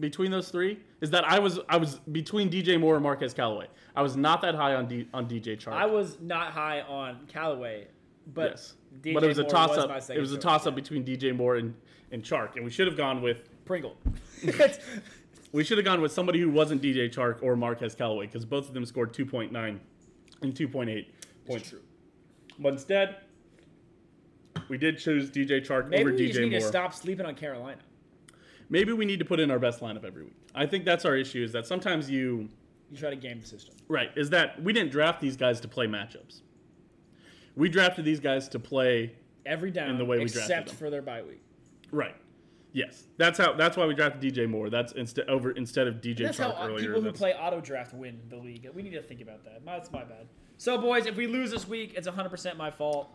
Speaker 1: between those three. Is that I was I was between DJ Moore and Marquez Callaway. I was not that high on D, on DJ Chark.
Speaker 2: I was not high on Callaway, but
Speaker 1: yes.
Speaker 2: DJ
Speaker 1: but it was a
Speaker 2: Moore
Speaker 1: toss
Speaker 2: was
Speaker 1: up.
Speaker 2: my
Speaker 1: It
Speaker 2: second
Speaker 1: was a
Speaker 2: choice,
Speaker 1: toss up between DJ Moore and, and Chark, and we should have gone with
Speaker 2: Pringle.
Speaker 1: we should have gone with somebody who wasn't DJ Chark or Marquez Callaway because both of them scored 2.9 and 2.8 points.
Speaker 2: true.
Speaker 1: But instead, we did choose DJ Chark
Speaker 2: Maybe
Speaker 1: over
Speaker 2: we just
Speaker 1: DJ
Speaker 2: need
Speaker 1: Moore.
Speaker 2: to stop sleeping on Carolina.
Speaker 1: Maybe we need to put in our best lineup every week. I think that's our issue is that sometimes you
Speaker 2: You try to game the system.
Speaker 1: Right, is that we didn't draft these guys to play matchups. We drafted these guys to play
Speaker 2: Every down,
Speaker 1: the way we drafted
Speaker 2: except
Speaker 1: them.
Speaker 2: for their bye week.
Speaker 1: right. Yes. That's how that's why we drafted DJ Moore. That's instead over instead of DJ
Speaker 2: That's how
Speaker 1: Chark
Speaker 2: uh,
Speaker 1: earlier.
Speaker 2: people who
Speaker 1: that's-
Speaker 2: play auto draft win the league. We need to think about that. My- That's my bad. So, boys, if we lose this week, it's 100% my fault.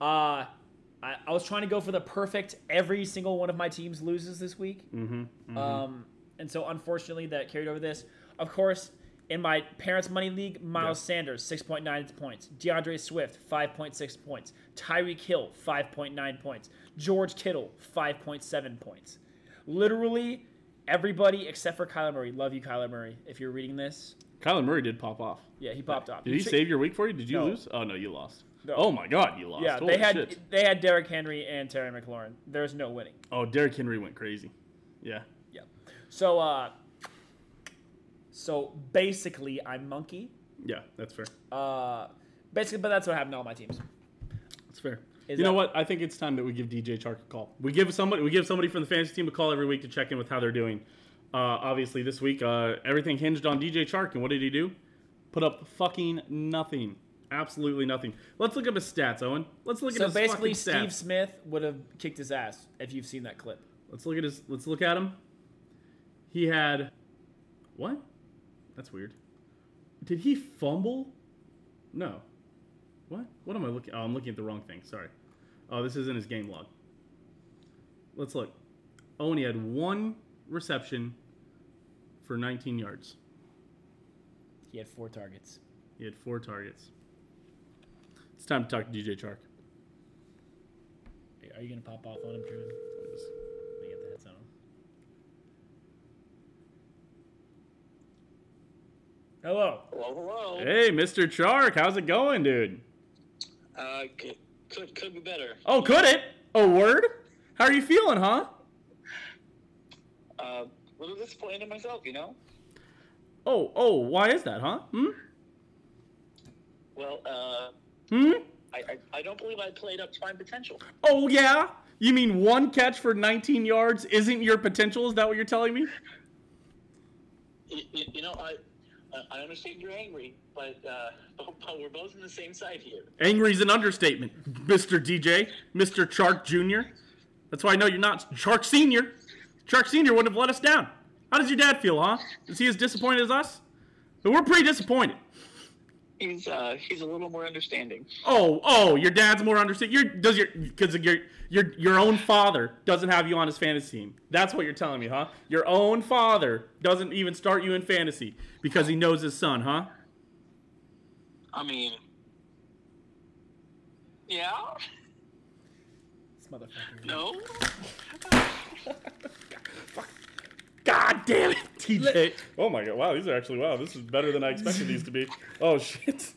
Speaker 2: Uh, I, I was trying to go for the perfect every single one of my teams loses this week. Um, and so, unfortunately, that carried over this. Of course, in my parents' money league, Miles Sanders, 6.9 points. DeAndre Swift, 5.6 points. Tyreek Hill, 5.9 points. George Kittle, 5.7 points. Literally, everybody except for Kyler Murray. Love you, Kyler Murray, if you're reading this.
Speaker 1: Kyler Murray did pop off.
Speaker 2: Yeah, he popped off.
Speaker 1: Did
Speaker 2: You
Speaker 1: he
Speaker 2: should-
Speaker 1: save your week for you? Did you
Speaker 2: No.
Speaker 1: lose? Oh no, you lost.
Speaker 2: No.
Speaker 1: Oh my god, you lost.
Speaker 2: Yeah,
Speaker 1: Holy
Speaker 2: they had
Speaker 1: shit.
Speaker 2: they had Derrick Henry and Terry McLaurin. There's no winning.
Speaker 1: Oh, Derrick Henry went crazy. Yeah.
Speaker 2: Yeah. So uh so basically I'm monkey.
Speaker 1: Yeah, that's fair.
Speaker 2: Uh basically but that's what happened to all my teams.
Speaker 1: That's fair.
Speaker 2: Is
Speaker 1: you know
Speaker 2: that-
Speaker 1: what? I think it's time that we give DJ Chark a call. We give somebody we give somebody from the fantasy team a call every week to check in with how they're doing. Uh, obviously, this week uh, everything hinged on DJ Chark, and what did he do? Put up fucking nothing. Absolutely nothing. Let's look up his stats, Owen. Let's look
Speaker 2: So
Speaker 1: at his
Speaker 2: basically
Speaker 1: fucking
Speaker 2: Steve
Speaker 1: stats.
Speaker 2: Smith would have kicked his ass if you've seen that clip.
Speaker 1: Let's look at his. Let's look at him. He had what? That's weird. Did he fumble? No. What? What am I looking? Oh, I'm looking at the wrong thing. Sorry. Oh, this isn't his game log. Let's look. Oh, and he had one reception for 19 yards.
Speaker 2: He had four targets.
Speaker 1: He had four targets. It's time to talk to DJ Chark.
Speaker 2: Are you gonna pop off on him, Truman? Let me get the headset on. Hello.
Speaker 5: Hello, hello.
Speaker 1: Hey, Mr. Chark, how's it going, dude?
Speaker 5: Uh, c- could could be better.
Speaker 1: Oh, could it? A word? How are you feeling, huh?
Speaker 5: Uh, a little disappointed in myself, you know.
Speaker 1: Oh, oh, why is that, huh? Hmm?
Speaker 5: Well, uh,
Speaker 1: Hmm?
Speaker 5: I, I I don't believe I played up to my potential.
Speaker 1: Oh, yeah? You mean one catch for 19 yards isn't your potential? Is that what you're telling me?
Speaker 5: You, you, you know, I I- I understand you're angry, but uh, but, but we're both on the same side here.
Speaker 1: Angry's an understatement, Mr. DJ, Mr. Chark Jr. That's why I know you're not Chark Sr. Chark Sr. wouldn't have let us down. How does your dad feel, huh? Is he as disappointed as us? We're pretty disappointed.
Speaker 5: He's uh he's a little more understanding.
Speaker 1: Oh, oh, your dad's more understanding. Your does your because your your your own father doesn't have you on his fantasy team. That's what you're telling me, huh? Your own father doesn't even start you in fantasy because he knows his son, huh?
Speaker 5: I mean, yeah,
Speaker 2: This motherfucker.
Speaker 5: no.
Speaker 1: God damn it, TJ. Oh my god, wow, these are actually wow. This is better than I expected these to be. Oh shit.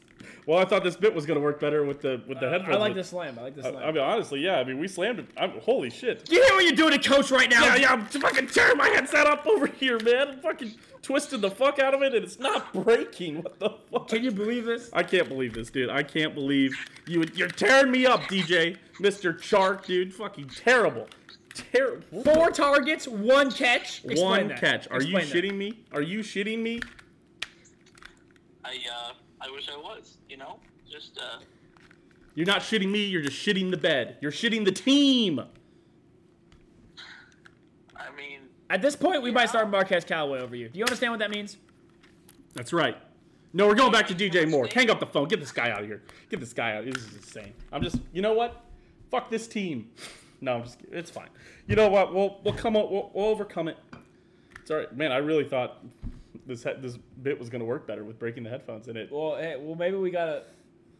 Speaker 1: Well, I thought this bit was gonna work better with the with the
Speaker 2: Uh,
Speaker 1: headphones.
Speaker 2: I like
Speaker 1: but-
Speaker 2: this slam. I like this
Speaker 1: I,
Speaker 2: slam.
Speaker 1: I mean, honestly, yeah. I mean, we slammed it. I'm, holy shit.
Speaker 2: you hear what you're doing to Coach right now?
Speaker 1: Yeah, yeah. I'm fucking tearing my headset up over here, man. I'm fucking twisting the fuck out of it, and it's not breaking. What the fuck?
Speaker 2: Can you believe this?
Speaker 1: I can't believe this, dude. I can't believe you. You're tearing me up, DJ, Mister Chark, dude. Fucking terrible. Terrible.
Speaker 2: Four targets, one catch. Explain
Speaker 1: One
Speaker 2: that.
Speaker 1: catch. Are you
Speaker 2: Explain that.
Speaker 1: shitting me? Are you shitting me?
Speaker 5: I uh, I wish I was. You know, just uh,
Speaker 1: You're not shitting me. You're just shitting the bed. You're shitting the team.
Speaker 5: I mean,
Speaker 2: At this point, we might start Marquez Callaway over you. Do you understand what that means?
Speaker 1: That's right. No, we're going back to DJ Moore. Hang up the phone. Get this guy out of here. Get this guy out. This is insane. I'm just, you know what? Fuck this team. No, I'm just. kidding. It's fine. You know what? We'll we'll come up. We'll, we'll overcome it. It's all right, man. I really thought this he- this bit was gonna work better with breaking the headphones in it.
Speaker 2: Well, hey, well, maybe we gotta.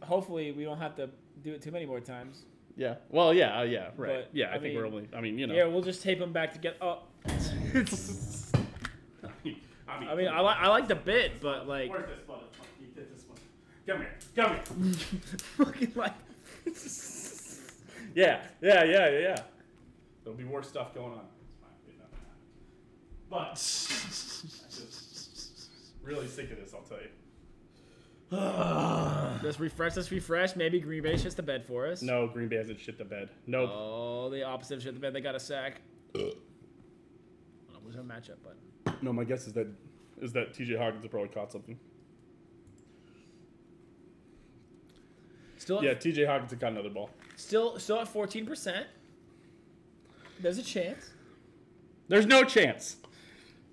Speaker 2: Hopefully, we don't have to do it too many more times.
Speaker 1: Yeah. Well, yeah, uh, yeah, right.
Speaker 2: But,
Speaker 1: yeah, I,
Speaker 2: I
Speaker 1: think we're
Speaker 2: mean-
Speaker 1: only. I mean, you know.
Speaker 2: Yeah, we'll just tape them back together. Oh,
Speaker 1: I mean,
Speaker 2: I mean, I like I like the bit, but like,
Speaker 1: Where's this motherfucker? You did this one. Come here. Come here.
Speaker 2: fucking like,
Speaker 1: Yeah, yeah, yeah, yeah, yeah. There'll be more stuff going on. It's fine, it doesn't matter. But I'm just really sick of this, I'll tell you.
Speaker 2: let's refresh, let's refresh. Maybe Green Bay shits the bed for us.
Speaker 1: No, Green Bay hasn't shit the bed. Nope.
Speaker 2: Oh, the opposite of shit the bed. They got a sack. I don't know, was our matchup, but
Speaker 1: no, my guess is that is that TJ Hawkins will probably caught something.
Speaker 2: still,
Speaker 1: Yeah, TJ Hawkins had caught another ball.
Speaker 2: still, still at fourteen percent. There's a chance.
Speaker 1: There's no chance.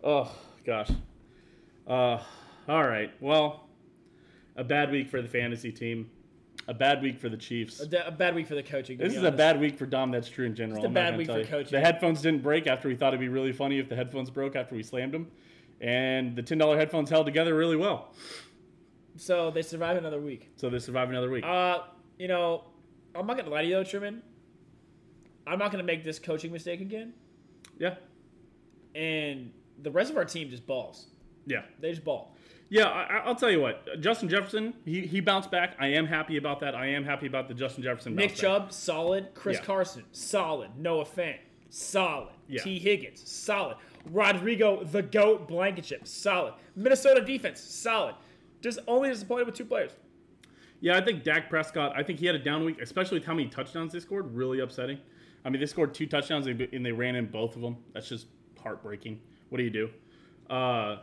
Speaker 1: Oh gosh. Uh, all right. Well, a bad week for the fantasy team. A bad week for the Chiefs.
Speaker 2: A, da- a bad week for the coaching. to
Speaker 1: This
Speaker 2: be
Speaker 1: is a
Speaker 2: honest.
Speaker 1: bad week for Dom. That's true in general.
Speaker 2: Just a
Speaker 1: I'm not
Speaker 2: bad
Speaker 1: gonna
Speaker 2: week
Speaker 1: tell
Speaker 2: for
Speaker 1: you.
Speaker 2: coaching.
Speaker 1: The headphones didn't break after we thought it'd be really funny if the headphones broke after we slammed them, and the ten dollar headphones held together really well.
Speaker 2: So they survive another week.
Speaker 1: So they survived another week.
Speaker 2: Uh, you know, I'm not gonna lie to you though, Truman. I'm not gonna make this coaching mistake again.
Speaker 1: yeah,
Speaker 2: And the rest of our team just balls.
Speaker 1: yeah,
Speaker 2: They just ball.
Speaker 1: yeah. I, I- I'll tell you what. Justin Jefferson, he he bounced back. I am happy about that. I am happy about the Justin Jefferson.
Speaker 2: Nick
Speaker 1: bounce back.
Speaker 2: Chubb, solid. Chris
Speaker 1: Yeah.
Speaker 2: Carson, solid. Noah Fant, solid.
Speaker 1: Yeah.
Speaker 2: T. Higgins, solid. Rodrigo the Goat Blankenship, solid. Minnesota defense, solid. Just only disappointed with two players.
Speaker 1: Yeah, I think Dak Prescott. I think he had a down week, especially with how many touchdowns they scored. Really upsetting. I mean, they scored two touchdowns and and they ran in both of them. That's just heartbreaking. What do you do? Uh,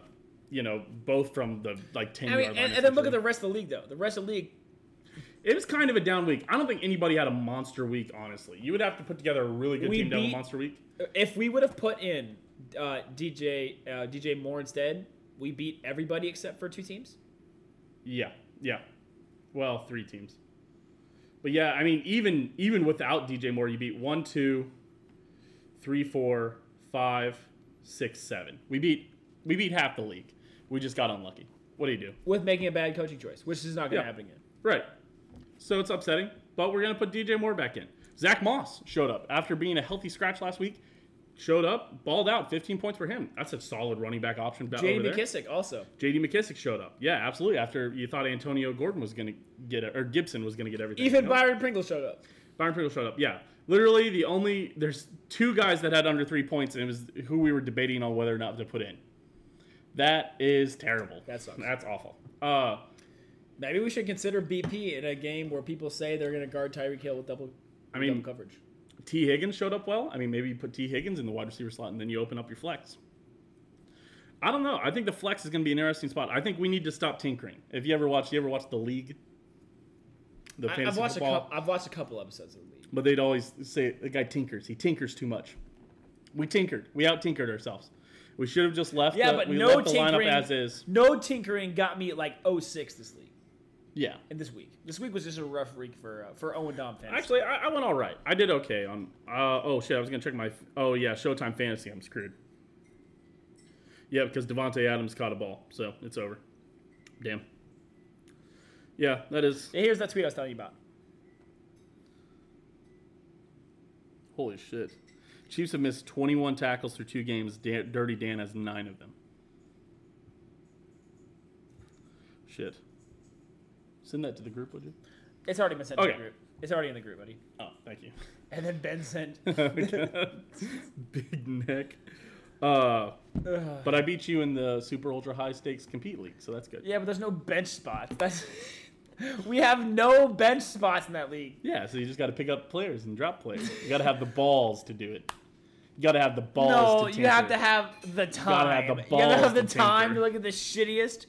Speaker 1: you know, both from the like ten.
Speaker 2: I mean,
Speaker 1: yard
Speaker 2: and,
Speaker 1: line,
Speaker 2: and then look at the
Speaker 1: essentially.
Speaker 2: rest of the league though. The rest of the league,
Speaker 1: It was kind of a down week. I don't think anybody had a monster week. Honestly, you would have to put together a really good
Speaker 2: We
Speaker 1: team to have a
Speaker 2: beat-
Speaker 1: monster week.
Speaker 2: if we would have put in uh, DJ uh, DJ Moore instead, we beat everybody except for two teams.
Speaker 1: Yeah, yeah. Well, three teams. But yeah, I mean, even even without DJ Moore, you beat one, two, three, four, five, six, seven. We beat we beat half the league. We just got unlucky. What do you do?
Speaker 2: with making a bad coaching choice, which is not going to
Speaker 1: Yeah.
Speaker 2: happen again.
Speaker 1: Right. So it's upsetting, but we're gonna put DJ Moore back in. Zach Moss showed up after being a healthy scratch last week. Showed up, balled out, 15 points for him. That's a solid running back option. ba- over
Speaker 2: JD
Speaker 1: there.
Speaker 2: McKissick also.
Speaker 1: J.D. McKissick showed up. Yeah, absolutely. After you thought Antonio Gordon was going to get it, or Gibson was going to get everything.
Speaker 2: Even
Speaker 1: Nope.
Speaker 2: Byron Pringle showed up.
Speaker 1: Byron Pringle showed up. Yeah, literally the only there's two guys that had under three points, and it was who we were debating on whether or not to put in. That is terrible.
Speaker 2: That sucks.
Speaker 1: That's awful. Uh,
Speaker 2: Maybe we should consider BP in a game where people say they're going to guard Tyreek Hill with double,
Speaker 1: I
Speaker 2: double
Speaker 1: mean,
Speaker 2: coverage.
Speaker 1: T. Higgins showed up well. I mean, maybe you put T. Higgins in the wide receiver slot, and then you open up your flex. I don't know. I think the flex is going to be an interesting spot. I think we need to stop tinkering. If you ever watch, you ever watch the league. The
Speaker 2: I, I've
Speaker 1: fantasy
Speaker 2: watched
Speaker 1: football.
Speaker 2: a couple. I've watched a couple episodes of the league.
Speaker 1: But they'd always say the guy tinkers. He tinkers too much. We tinkered. We out tinkered ourselves. We should have just left.
Speaker 2: Yeah,
Speaker 1: the,
Speaker 2: but
Speaker 1: we
Speaker 2: no
Speaker 1: left the
Speaker 2: tinkering.
Speaker 1: lineup as is.
Speaker 2: No tinkering got me like 06 this league
Speaker 1: Yeah.
Speaker 2: and this week. This week was just a rough week for uh, for Owen Dom fans.
Speaker 1: Actually, I, I went all right. I did okay on. Uh, oh shit! I was gonna check my. Oh yeah, Showtime Fantasy. I'm screwed. Yeah, because Devonte Adams caught a ball, so it's over. Damn. Yeah, that is.
Speaker 2: here's that tweet I was telling you about.
Speaker 1: Holy shit. Chiefs have missed 21 tackles through two games. Dan, Dirty Dan has nine of them. Shit. Send that to the group, would you?
Speaker 2: It's already been sent to
Speaker 6: Okay.
Speaker 2: the group. It's already in the group, buddy.
Speaker 6: Oh, thank you.
Speaker 2: And then Ben sent.
Speaker 6: Big neck. Uh,
Speaker 2: Ugh.
Speaker 1: But I beat you in the super ultra high stakes compete league, so that's good.
Speaker 2: yeah, but there's no bench spots. That's we have no bench spots in that league.
Speaker 1: Yeah, so you just got to pick up players and drop players. You got to have the balls to do it. You got to have the balls.
Speaker 2: no,
Speaker 1: to
Speaker 2: you have to
Speaker 1: tinker.
Speaker 2: have the
Speaker 1: gotta have
Speaker 2: time.
Speaker 1: the
Speaker 2: You gotta have
Speaker 1: balls
Speaker 2: the
Speaker 1: to
Speaker 2: time
Speaker 1: tinker.
Speaker 2: to look at the shittiest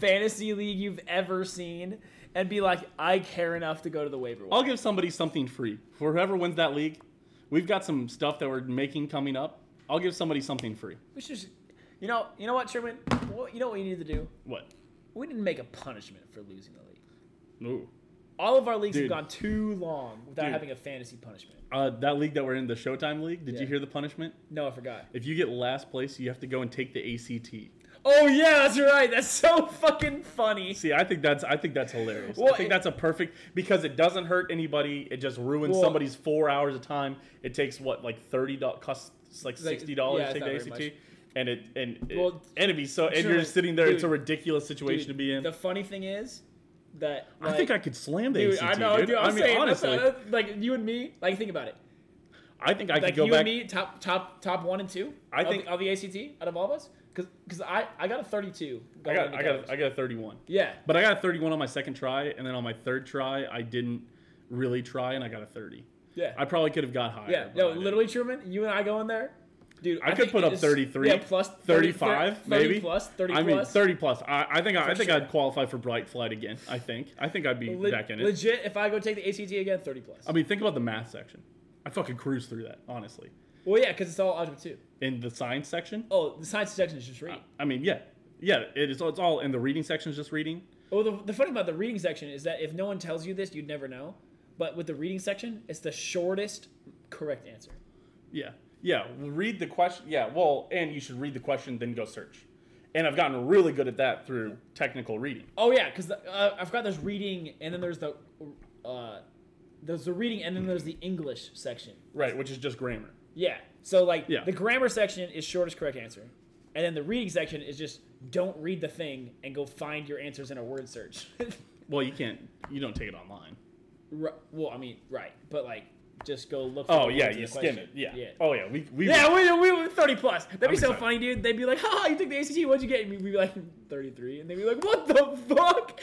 Speaker 2: fantasy league you've ever seen and be like, I care enough to go to the waiver wire.
Speaker 1: I'll give somebody something free for whoever wins that league. We've got some stuff that we're making coming up. I'll give somebody something free.
Speaker 2: We should, just- you know, you know what, Sherman? What, you know what you need to do?
Speaker 1: What?
Speaker 2: We didn't make a punishment for losing the league.
Speaker 1: Ooh.
Speaker 2: All of our leagues
Speaker 1: Dude.
Speaker 2: have gone too long without
Speaker 1: Dude.
Speaker 2: having a fantasy punishment.
Speaker 1: Uh, that league that we're in, the Showtime League. Did
Speaker 2: Yeah.
Speaker 1: you hear the punishment?
Speaker 2: No, I forgot.
Speaker 1: If you get last place, you have to go and take the ACT.
Speaker 2: Oh yeah, that's right. That's so fucking funny.
Speaker 1: See, I think that's I think that's hilarious.
Speaker 2: Well,
Speaker 1: I think
Speaker 2: it-
Speaker 1: that's a perfect because it doesn't hurt anybody. It just ruins
Speaker 2: Well-
Speaker 1: somebody's four hours of time. It takes what like thirty dollars, costs like
Speaker 2: Like,
Speaker 1: sixty dollars
Speaker 2: yeah,
Speaker 1: to take
Speaker 2: it's
Speaker 1: the
Speaker 2: not
Speaker 1: ACT,
Speaker 2: very
Speaker 1: and it and it,
Speaker 2: Well,
Speaker 1: and it'd be so and
Speaker 2: sure,
Speaker 1: you're just sitting there. it's a
Speaker 2: dude,
Speaker 1: ridiculous situation to be in.
Speaker 2: The funny thing is that
Speaker 1: I think I
Speaker 2: like,
Speaker 1: could slam the
Speaker 2: Dude,
Speaker 1: ACT.
Speaker 2: I know, dude.
Speaker 1: dude.
Speaker 2: I'm
Speaker 1: I mean,
Speaker 2: saying, that's-
Speaker 1: honestly,
Speaker 2: uh, like you and me. Like, think about it.
Speaker 1: I think I could
Speaker 2: like
Speaker 1: go
Speaker 2: you
Speaker 1: back.
Speaker 2: and me, top, top, top one and two.
Speaker 1: I
Speaker 2: of
Speaker 1: think-
Speaker 2: the- of the ACT out of all of us, because I, I got a thirty-two.
Speaker 1: I
Speaker 2: going
Speaker 1: got
Speaker 2: into
Speaker 1: I got
Speaker 2: college.
Speaker 1: I got a thirty-one.
Speaker 2: yeah.
Speaker 1: But I got a 31 on my second try, and then on my third try, I didn't really try, and I got a 30.
Speaker 2: Yeah.
Speaker 1: I probably could have got higher.
Speaker 2: Yeah,
Speaker 1: but
Speaker 2: no,
Speaker 1: I didn't.
Speaker 2: literally, Truman, you and I go in there. Dude,
Speaker 1: I, could
Speaker 2: think
Speaker 1: put
Speaker 2: it
Speaker 1: up
Speaker 2: is-
Speaker 1: 33.
Speaker 2: Yeah, plus 30,
Speaker 1: 35,
Speaker 2: 30
Speaker 1: maybe.
Speaker 2: plus, 30
Speaker 1: I mean,
Speaker 2: plus.
Speaker 1: 30 plus. I, I think I, I
Speaker 2: For
Speaker 1: think
Speaker 2: sure.
Speaker 1: I'd qualify for Bright Flight again. I think. I think I'd be
Speaker 2: Le-
Speaker 1: back in it.
Speaker 2: Legit, if I go take the ACT again, 30 plus.
Speaker 1: I mean, think about the math section. I fucking cruise through that, honestly.
Speaker 2: well, yeah, because it's all algebra 2.
Speaker 1: In the science section,
Speaker 2: Oh, the science section is just reading.
Speaker 1: I mean, yeah, yeah, it is. It's all in the reading section. Is just reading.
Speaker 2: Oh, the, the funny about the reading section is that if no one tells you this, you'd never know. But with the reading section, it's the shortest correct answer.
Speaker 1: Yeah. Yeah. Read the question. Yeah. Well, and you should read the question, then go search. And I've gotten really good at that through technical reading.
Speaker 2: Oh, yeah, because uh, I forgot there's reading, and then there's the. Uh, there's the reading, and then there's the English section.
Speaker 1: Right. Which is just grammar.
Speaker 2: Yeah. So like
Speaker 1: Yeah.
Speaker 2: the grammar section is shortest correct answer. And then the reading section is just don't read the thing and go find your answers in a word search.
Speaker 1: Well, you can't, you don't take it online.
Speaker 2: Ri- well, I mean, right. But like just go look for
Speaker 1: Oh,
Speaker 2: the
Speaker 1: yeah.
Speaker 2: words in
Speaker 1: You
Speaker 2: the
Speaker 1: skim
Speaker 2: question.
Speaker 1: it. Yeah.
Speaker 2: Yeah.
Speaker 1: Oh, yeah. We, we,
Speaker 2: Yeah, we, we were 30 plus. That'd be
Speaker 1: I'm
Speaker 2: so
Speaker 1: excited.
Speaker 2: funny, dude. They'd be like, haha, you took the ACT, what'd you get? And we'd be like, 33. And they'd be like, what the fuck?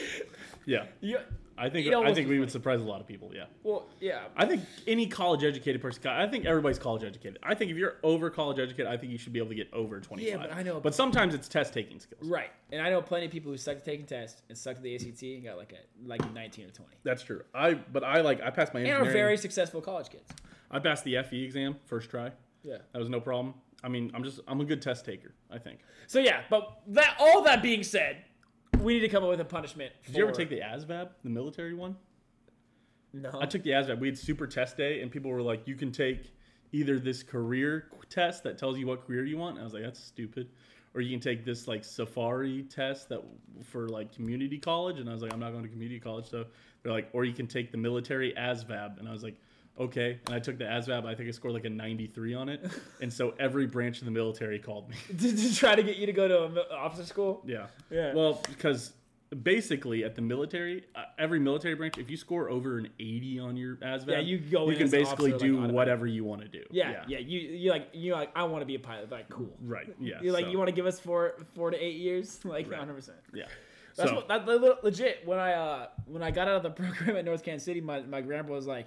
Speaker 1: yeah.
Speaker 2: Yeah.
Speaker 1: I think,
Speaker 2: It almost
Speaker 1: I think
Speaker 2: was
Speaker 1: we
Speaker 2: funny.
Speaker 1: would surprise a lot of people. Yeah.
Speaker 2: Well, yeah.
Speaker 1: I think any college educated person, I think everybody's college educated. I think if you're over college educated, I think you should be able to get over 25.
Speaker 2: but I know-
Speaker 1: But sometimes it's test taking skills.
Speaker 2: Right. And I know plenty of people who sucked at taking tests and sucked at the ACT and got like a like 19 or 20.
Speaker 1: That's true. I, but I like, I passed my
Speaker 2: And are
Speaker 1: engineering.
Speaker 2: very successful college kids.
Speaker 1: I passed the FE exam first try.
Speaker 2: Yeah.
Speaker 1: That was no problem. I mean, I'm just I'm a good test taker. I think.
Speaker 2: So yeah, but that all that being said, we need to come up with a punishment.
Speaker 1: Did you ever take the ASVAB, the military one?
Speaker 2: No.
Speaker 1: I took the ASVAB. We had super test day, and people were like, "You can take either this career qu- test that tells you what career you want." And I was like, "That's stupid," or you can take this like Safari test that for like community college. And I was like, "I'm not going to community college." So they're like, "Or you can take the military ASVAB," and I was like. Okay, and I took the ASVAB. I think I scored like a 93 on it, and so every branch of the military called me.
Speaker 2: to, to try to get you to go to a mil- officer school.
Speaker 1: Yeah.
Speaker 2: Yeah.
Speaker 1: Well, because basically at the military, uh, every military branch, if you score over an 80 on your ASVAB,
Speaker 2: Yeah, you go
Speaker 1: you
Speaker 2: in
Speaker 1: can
Speaker 2: as an
Speaker 1: basically
Speaker 2: officer, like,
Speaker 1: do
Speaker 2: automatic.
Speaker 1: whatever you want to do.
Speaker 2: Yeah, yeah. You you like you like I want to be a pilot. Like cool.
Speaker 1: Right. Yeah.
Speaker 2: You like
Speaker 1: so,
Speaker 2: you want to give us four four to eight years? Like
Speaker 1: Right.
Speaker 2: 100. percent
Speaker 1: Yeah.
Speaker 2: That's
Speaker 1: so,
Speaker 2: what that, that le- legit. When I uh when I got out of the program at North Kansas City, my, my grandpa was like,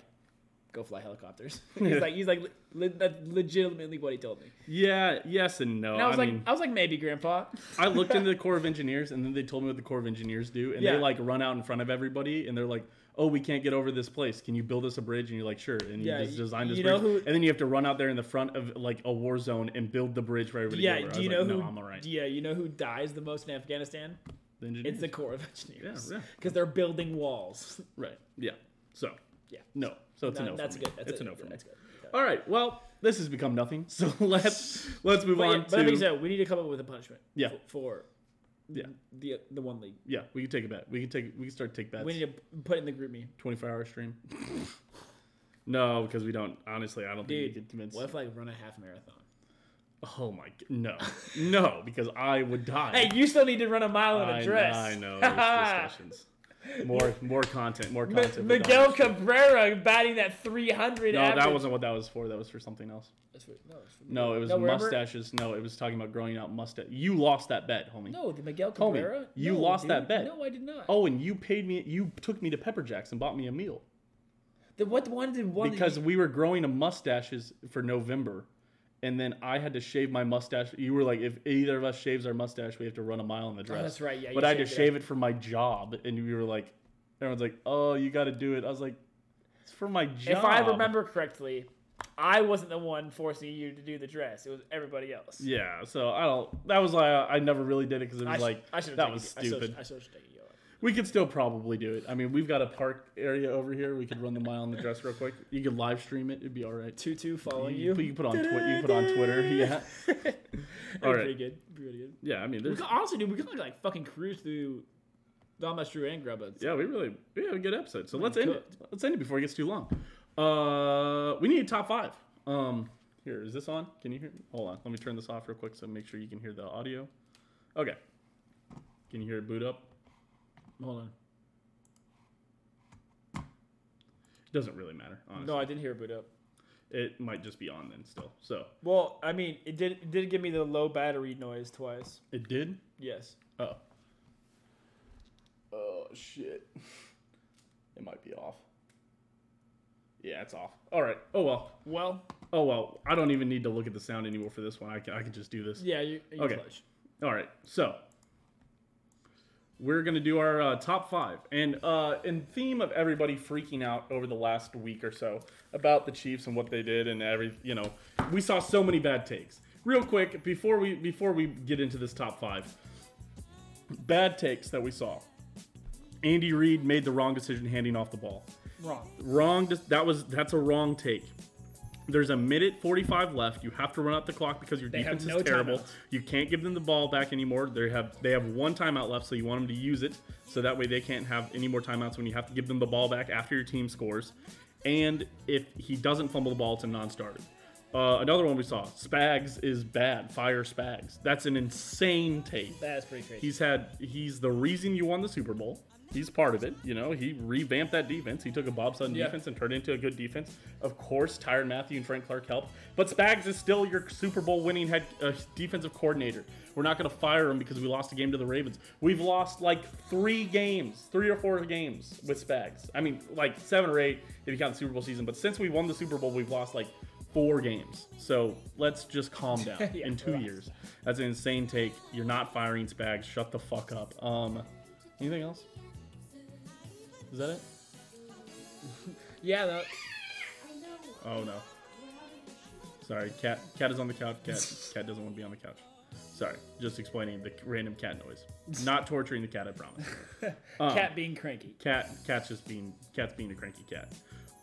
Speaker 2: "Go fly helicopters." he's like he's like le- le- that's legitimately what he told me.
Speaker 1: yeah, yes and no.
Speaker 2: And I was like oh.
Speaker 1: mean,
Speaker 2: I was like maybe grandpa.
Speaker 1: I looked into the Corps of Engineers, and then they told me what the Corps of Engineers do, and
Speaker 2: Yeah.
Speaker 1: they like run out in front of everybody, and they're like, "Oh, we can't get over this place. Can you build us a bridge?" And you're like, "Sure." And
Speaker 2: Yeah,
Speaker 1: you just
Speaker 2: you-
Speaker 1: design this
Speaker 2: you know
Speaker 1: bridge,
Speaker 2: who-
Speaker 1: and then you have to run out there in the front of like a war zone and build the bridge for everybody.
Speaker 2: Yeah,
Speaker 1: to go over.
Speaker 2: do you
Speaker 1: I
Speaker 2: know
Speaker 1: was like,
Speaker 2: who?
Speaker 1: No, I'm all right.
Speaker 2: Yeah, you know who dies the most in Afghanistan?
Speaker 1: The engineers.
Speaker 2: It's the Corps of Engineers.
Speaker 1: Yeah, yeah.
Speaker 2: Because they're building walls.
Speaker 1: Right. Yeah. So.
Speaker 2: Yeah.
Speaker 1: No. So it's a
Speaker 2: That-
Speaker 1: no.
Speaker 2: that's
Speaker 1: for me.
Speaker 2: good. That's
Speaker 1: it's a, no for me.
Speaker 2: that's good.
Speaker 1: All right. Well, this has become nothing. So let's let's move
Speaker 2: But, yeah,
Speaker 1: on
Speaker 2: but I
Speaker 1: to
Speaker 2: think so. We need to come up with a punishment.
Speaker 1: Yeah.
Speaker 2: f- For,
Speaker 1: Yeah.
Speaker 2: the the one league.
Speaker 1: yeah. We can take a bet. We can take we can start to take bets.
Speaker 2: We need to put it in the group me.
Speaker 1: Twenty four hour stream. no, because we don't. Honestly, I don't think we
Speaker 2: Dude,
Speaker 1: could convince.
Speaker 2: what if I run a half marathon?
Speaker 1: Oh my. g- No. no, because I would die.
Speaker 2: Hey, you still need to run a mile in
Speaker 1: I,
Speaker 2: a dress.
Speaker 1: I know. There's discussions. More more content. More
Speaker 2: M-
Speaker 1: content. for
Speaker 2: Miguel
Speaker 1: Dodgers.
Speaker 2: Cabrera batting that 300.
Speaker 1: No,
Speaker 2: average.
Speaker 1: that wasn't what that was for. That was for something else.
Speaker 2: That's what- no, it's for
Speaker 1: No, it was
Speaker 2: No, remember-
Speaker 1: mustaches. No, it was talking about growing out mustache. You lost that bet, homie.
Speaker 2: No, the Miguel
Speaker 1: Homie,
Speaker 2: Cabrera.
Speaker 1: you
Speaker 2: No,
Speaker 1: lost
Speaker 2: dude.
Speaker 1: that bet.
Speaker 2: No, I did not.
Speaker 1: Oh, and you paid me. You took me to Pepper Jacks and bought me a meal
Speaker 2: The, what one did one? that
Speaker 1: because
Speaker 2: you-
Speaker 1: we were growing a mustaches for November, and then I had to shave my mustache. You were like, if either of us shaves our mustache, we have to run a mile in the dress.
Speaker 2: Oh, that's right, yeah,
Speaker 1: But
Speaker 2: you
Speaker 1: I had to
Speaker 2: shaved it
Speaker 1: shave it for my job, and you were like, everyone's like, oh, you got to do it. I was like, it's for my job.
Speaker 2: if I remember correctly, I wasn't the one forcing you to do the dress. It was everybody else.
Speaker 1: Yeah, so I don't. That was why I, I never really did it because it was
Speaker 2: I sh-
Speaker 1: like
Speaker 2: I should've
Speaker 1: that
Speaker 2: taken
Speaker 1: was
Speaker 2: you- I should've-
Speaker 1: stupid.
Speaker 2: I should have taken you. out.
Speaker 1: We could still probably do it. I mean, we've got a park area over here. We could run the mile in the dress real quick. You could live stream it. It'd be all right.
Speaker 2: Two two following
Speaker 1: You,
Speaker 2: you.
Speaker 1: you put on Twitter. You put on Twitter. Yeah.
Speaker 2: All
Speaker 1: All
Speaker 2: right.
Speaker 1: right.
Speaker 2: Pretty good. Pretty good.
Speaker 1: Yeah. I mean,
Speaker 2: We
Speaker 1: there's.
Speaker 2: could, honestly, dude, we could like fucking cruise through Thomas Drew and Grubba.
Speaker 1: Yeah, we really we had a good episode. So let's end it.
Speaker 2: cooked.
Speaker 1: Let's end it before it gets too long. Uh, we need a top five. Um, here is this on? Can you hear? Hold on. Let me turn this off real quick so make sure you can hear the audio. Okay. Can you hear it boot up?
Speaker 2: Hold on.
Speaker 1: Doesn't really matter. Honestly,
Speaker 2: No, I didn't hear a boot up.
Speaker 1: it might just be on then still. So
Speaker 2: Well, I mean, it did it did give me the low battery noise twice.
Speaker 1: it did.
Speaker 2: Yes.
Speaker 1: Oh. Oh shit. It might be off. Yeah, it's off. All right. Oh well.
Speaker 2: Well,
Speaker 1: Oh well. I don't even need to look at the sound anymore for this one. I can, I can just do this.
Speaker 2: yeah, you, you
Speaker 1: Okay.
Speaker 2: clutch.
Speaker 1: All right. So we're gonna do our uh, top five, and uh, in theme of everybody freaking out over the last week or so about the Chiefs and what they did, and every you know, we saw so many bad takes. Real quick before we before we get into this top five, bad takes that we saw. Andy Reid made the wrong decision handing off the ball
Speaker 2: Wrong.
Speaker 1: wrong that was that's a wrong take there's a minute 45 left you have to run out the clock because your
Speaker 2: have
Speaker 1: defense
Speaker 2: no
Speaker 1: is terrible
Speaker 2: timeouts.
Speaker 1: you can't give them the ball back anymore they have they have one timeout left so you want them to use it so that way they can't have any more timeouts when you have to give them the ball back after your team scores and if he doesn't fumble the ball it's a non-starter uh, another one we saw spags is bad fire spags that's an insane take
Speaker 2: That's pretty crazy.
Speaker 1: He's had he's the reason you won the Super Bowl. He's part of it. You know, he revamped that defense. He took a Bob Sutton
Speaker 2: Yeah.
Speaker 1: defense and turned it into a good defense. Of course, Tyron Matthew and Frank Clark helped, but Spags is still your Super Bowl winning head uh, defensive coordinator. We're not going to fire him because we lost a game to the Ravens. We've lost like three games, three or four games with Spags. I mean, like seven or eight if you count the Super Bowl season. But since we won the Super Bowl, we've lost like four games. So let's just calm down.
Speaker 2: Yeah,
Speaker 1: In two
Speaker 2: relax.
Speaker 1: years. That's an insane take. You're not firing Spags. Shut the fuck up. Um, anything else? Is that it?
Speaker 2: yeah, that,
Speaker 1: Oh no. Sorry, cat. Cat is on the couch. Cat. cat doesn't want to be on the couch. Sorry, just explaining the random cat noise. Not torturing the cat, I promise. Um,
Speaker 2: cat being cranky.
Speaker 1: Cat. Cat's just being. Cat's being a cranky cat.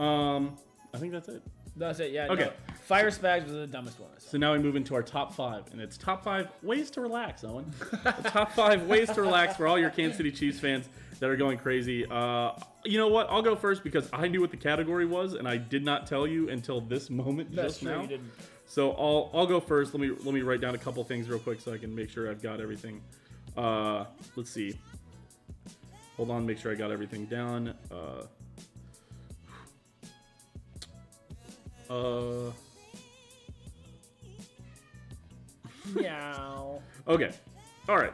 Speaker 1: Um, I think that's it.
Speaker 2: That's it. Yeah.
Speaker 1: Okay.
Speaker 2: No. Fire Spags was the dumbest one. I saw.
Speaker 1: So now we move into our top five, and it's top five ways to relax, Owen. The top five ways to relax for all your Kansas City Chiefs fans that are going crazy. Uh, you know what? I'll go first because I knew what the category was, and I did not tell you until this moment
Speaker 2: That's
Speaker 1: just
Speaker 2: true.
Speaker 1: now.
Speaker 2: You didn't.
Speaker 1: So I'll I'll go first. Let me let me write down a couple things real quick so I can make sure I've got everything. Uh, let's see. Hold on, make sure I got everything down. Uh, uh,
Speaker 2: Meow.
Speaker 1: okay. All right.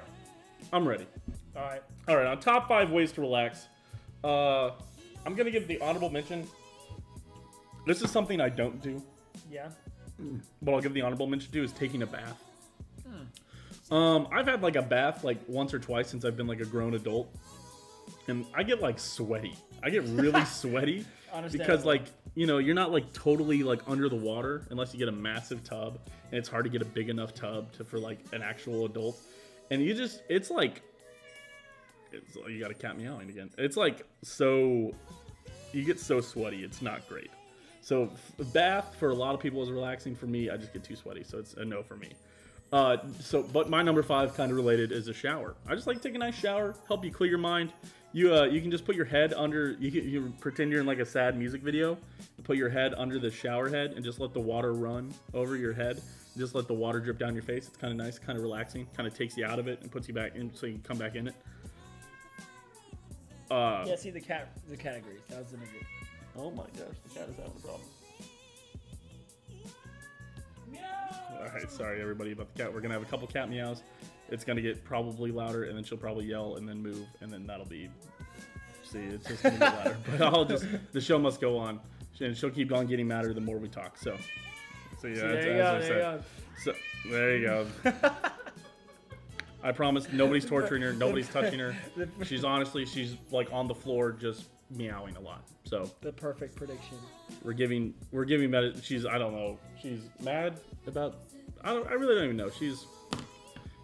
Speaker 1: I'm ready.
Speaker 2: All right.
Speaker 1: All right, on top five ways to relax, uh, I'm gonna give the honorable mention. This is something I don't do,
Speaker 2: Yeah.
Speaker 1: but I'll give the honorable mention to is taking a bath. Um, I've had like a bath like once or twice since I've been like a grown adult, and I get like sweaty. I get really sweaty because
Speaker 2: Understandable.
Speaker 1: like you know you're not like totally like under the water unless you get a massive tub, and it's hard to get a big enough tub to for like an actual adult, and you just it's like it's oh, you got to cat meowing again. It's like so you get so sweaty, it's not great. So f- bath for a lot of people is relaxing. For me, I just get too sweaty, so it's a no for me. Uh, so, but my number five, kind of related, is a shower. I just like to take a nice shower, help you clear your mind. You uh, you can just put your head under. You can, you pretend you're in like a sad music video, and put your head under the shower head, and just let the water run over your head. Just let the water drip down your face. It's kind of nice, kind of relaxing, kind of takes you out of it and puts you back in, so you can come back in it. Uh,
Speaker 7: Yeah, see the cat, the categories. That was the number.
Speaker 8: Oh my gosh, the cat is having a problem.
Speaker 1: All right, sorry everybody about the cat. We're gonna have a couple cat meows. It's gonna get probably louder, and then she'll probably yell, and then move, and then that'll be. See, it's just gonna be louder. But I'll just the show must go on, and she'll keep on getting madder the more we talk. So, so yeah,
Speaker 7: There
Speaker 1: it's-
Speaker 7: you
Speaker 1: as
Speaker 7: go.
Speaker 1: I
Speaker 7: There
Speaker 1: said.
Speaker 7: you go.
Speaker 1: So there you go. I promise nobody's torturing her, nobody's touching her. She's honestly, she's like on the floor just meowing a lot. So
Speaker 7: The perfect prediction.
Speaker 1: we're giving, we're giving med. She's, I don't know, she's mad about. I don't, I really don't even know. She's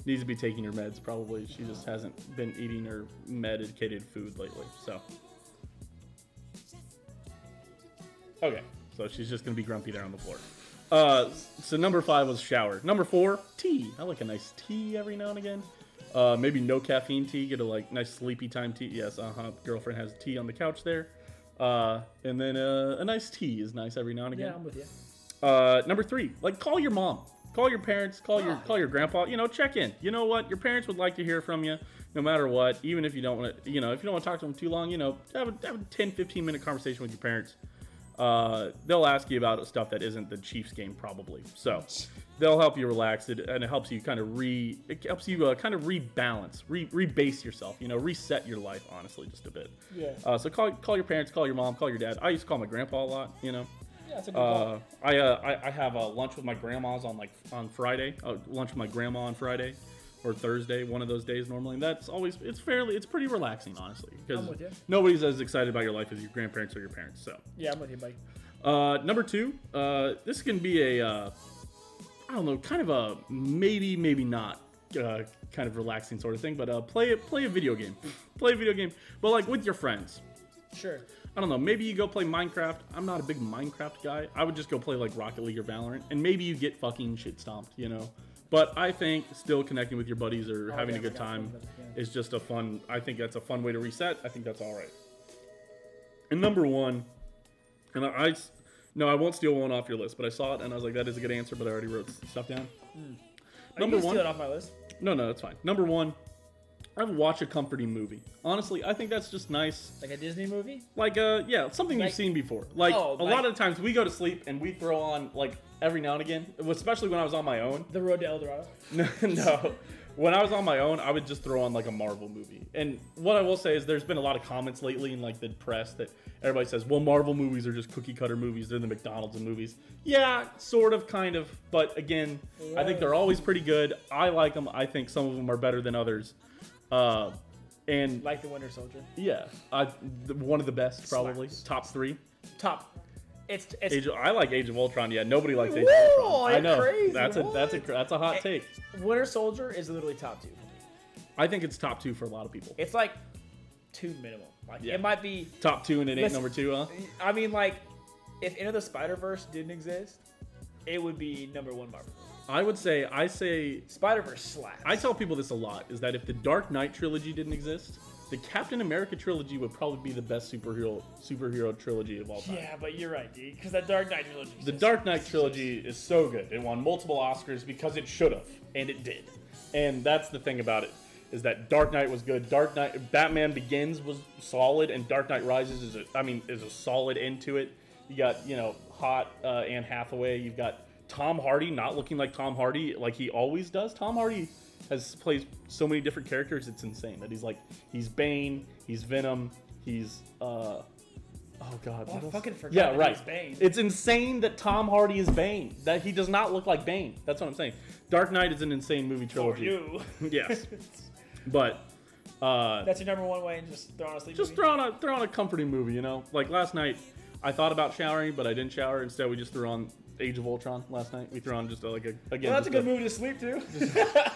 Speaker 1: needs to be taking her meds probably. She just hasn't been eating her medicated food lately. So okay, so she's just gonna be grumpy there on the floor. Uh, so number five was shower. Number four, tea. I like a nice tea every now and again. Uh, maybe no caffeine tea. Get a like nice sleepy time tea. Yes, uh huh. Girlfriend has tea on the couch there. Uh, and then uh, a nice tea is nice every now and again.
Speaker 7: Yeah, I'm with you.
Speaker 1: Uh, number three, like call your mom, call your parents, call your call your grandpa. You know, check in. You know what? Your parents would like to hear from you, no matter what. Even if you don't want to, you know, if you don't want to talk to them too long, you know, have a, have a 10, 15 minute conversation with your parents. Uh, they'll ask you about stuff that isn't the Chiefs game, probably. So they'll help you relax, it, and it helps you kind of re, it helps you uh, kind of rebalance, re, rebase yourself. You know, reset your life, honestly, just a bit.
Speaker 7: Yeah.
Speaker 1: Uh, so call call your parents, call your mom, call your dad. I used to call my grandpa a lot. You know.
Speaker 7: Yeah, that's a good
Speaker 1: Uh, I, uh, I I have a lunch with my grandma's on like on Friday. Uh, lunch with my grandma on Friday or Thursday, one of those days normally. And that's always it's fairly it's pretty relaxing honestly because
Speaker 7: I'm with you.
Speaker 1: nobody's as excited about your life as your grandparents or your parents. So
Speaker 7: Yeah, I'm with you, buddy.
Speaker 1: uh, number two, uh, this can be a uh, I don't know, kind of a maybe maybe not uh, kind of relaxing sort of thing, but uh, play play a video game, play a video game, but like with your friends.
Speaker 7: Sure.
Speaker 1: I don't know. Maybe you go play Minecraft. I'm not a big Minecraft guy. I would just go play like Rocket League or Valorant, and maybe you get fucking shit stomped, you know. But I think still connecting with your buddies or having
Speaker 7: Oh, yeah,
Speaker 1: a
Speaker 7: we
Speaker 1: good
Speaker 7: got
Speaker 1: time
Speaker 7: some of those,
Speaker 1: is just a fun. I think that's a fun way to reset. I think that's all right. And number one, and I, I s- no, I won't steal one off your list, but I saw it and I was like, that is a good answer, but I already wrote s- stuff down. Number
Speaker 7: Number one. Hmm.
Speaker 1: one,
Speaker 7: Steal it off my list.
Speaker 1: no, no, that's fine. Number one, I would watch a comforting movie. Honestly, I think that's just nice
Speaker 7: Like a Disney movie.
Speaker 1: like uh yeah something
Speaker 7: Like-
Speaker 1: you've seen before like
Speaker 7: Oh,
Speaker 1: a
Speaker 7: like-
Speaker 1: lot of times we go to sleep and we throw on like every now and again especially when i was on my own
Speaker 7: The Road to El Dorado.
Speaker 1: no, no. When I was on my own, I would just throw on like a Marvel movie. And what I will say is, there's been a lot of comments lately in like the press that everybody says, "Well, Marvel movies are just cookie cutter movies. They're the McDonald's of movies." Yeah, sort of, kind of. But again, I think they're always pretty good. I like them. I think some of them are better than others. Uh, and
Speaker 7: Like the Winter Soldier.
Speaker 1: yeah, I, th- one of the best probably top three.
Speaker 7: Top. It's it's
Speaker 1: Age of, I like Age of Ultron. Yeah, nobody likes Age
Speaker 7: Whoa,
Speaker 1: of Ultron. I
Speaker 7: you're
Speaker 1: know
Speaker 7: crazy.
Speaker 1: that's a that's a
Speaker 7: What?
Speaker 1: cr- that's a hot take.
Speaker 7: Winter Soldier is literally top two.
Speaker 1: I think it's top two for a lot of people.
Speaker 7: It's like two minimum. Like
Speaker 1: Yeah.
Speaker 7: it might be.
Speaker 1: Top two and it ain't
Speaker 7: Listen-
Speaker 1: number two, huh?
Speaker 7: I mean, like if Into the Spider Verse didn't exist, it would be number one Marvel.
Speaker 1: I would say I say
Speaker 7: Spider Verse slaps.
Speaker 1: I tell people this a lot is that if the Dark Knight trilogy didn't exist, the Captain America trilogy would probably be the best superhero superhero trilogy of all time.
Speaker 2: Yeah, but you're right, dude. Because that Dark Knight trilogy.
Speaker 1: The Dark Knight trilogy is so good. It won multiple Oscars because it should have, and it did. And that's the thing about it is that Dark Knight was good. Dark Knight, Batman Begins was solid, and Dark Knight Rises is a, I mean, is a solid end to it. You got you know hot uh, Anne Hathaway. You've got Tom Hardy not looking like Tom Hardy like he always does. Tom Hardy has plays so many different characters. It's insane that he's like he's Bane, he's Venom, he's uh. Oh God!
Speaker 7: I
Speaker 1: what else?
Speaker 7: fucking forgot
Speaker 1: Yeah,
Speaker 7: that he
Speaker 1: right.
Speaker 7: was Bane.
Speaker 1: It's insane that Tom Hardy is Bane. That he does not look like Bane. That's what I'm saying. Dark Knight is an insane movie
Speaker 2: for
Speaker 1: trilogy.
Speaker 2: you.
Speaker 1: Yes, but uh,
Speaker 2: That's your number one way, and just throw on a sleep.
Speaker 1: just
Speaker 2: movie?
Speaker 1: throw on a throw on a comforting movie. You know, like last night, I thought about showering, but I didn't shower. Instead, we just threw on Age of Ultron last night. We threw on just uh, like a again.
Speaker 7: well, that's a
Speaker 1: just
Speaker 7: good movie to sleep to.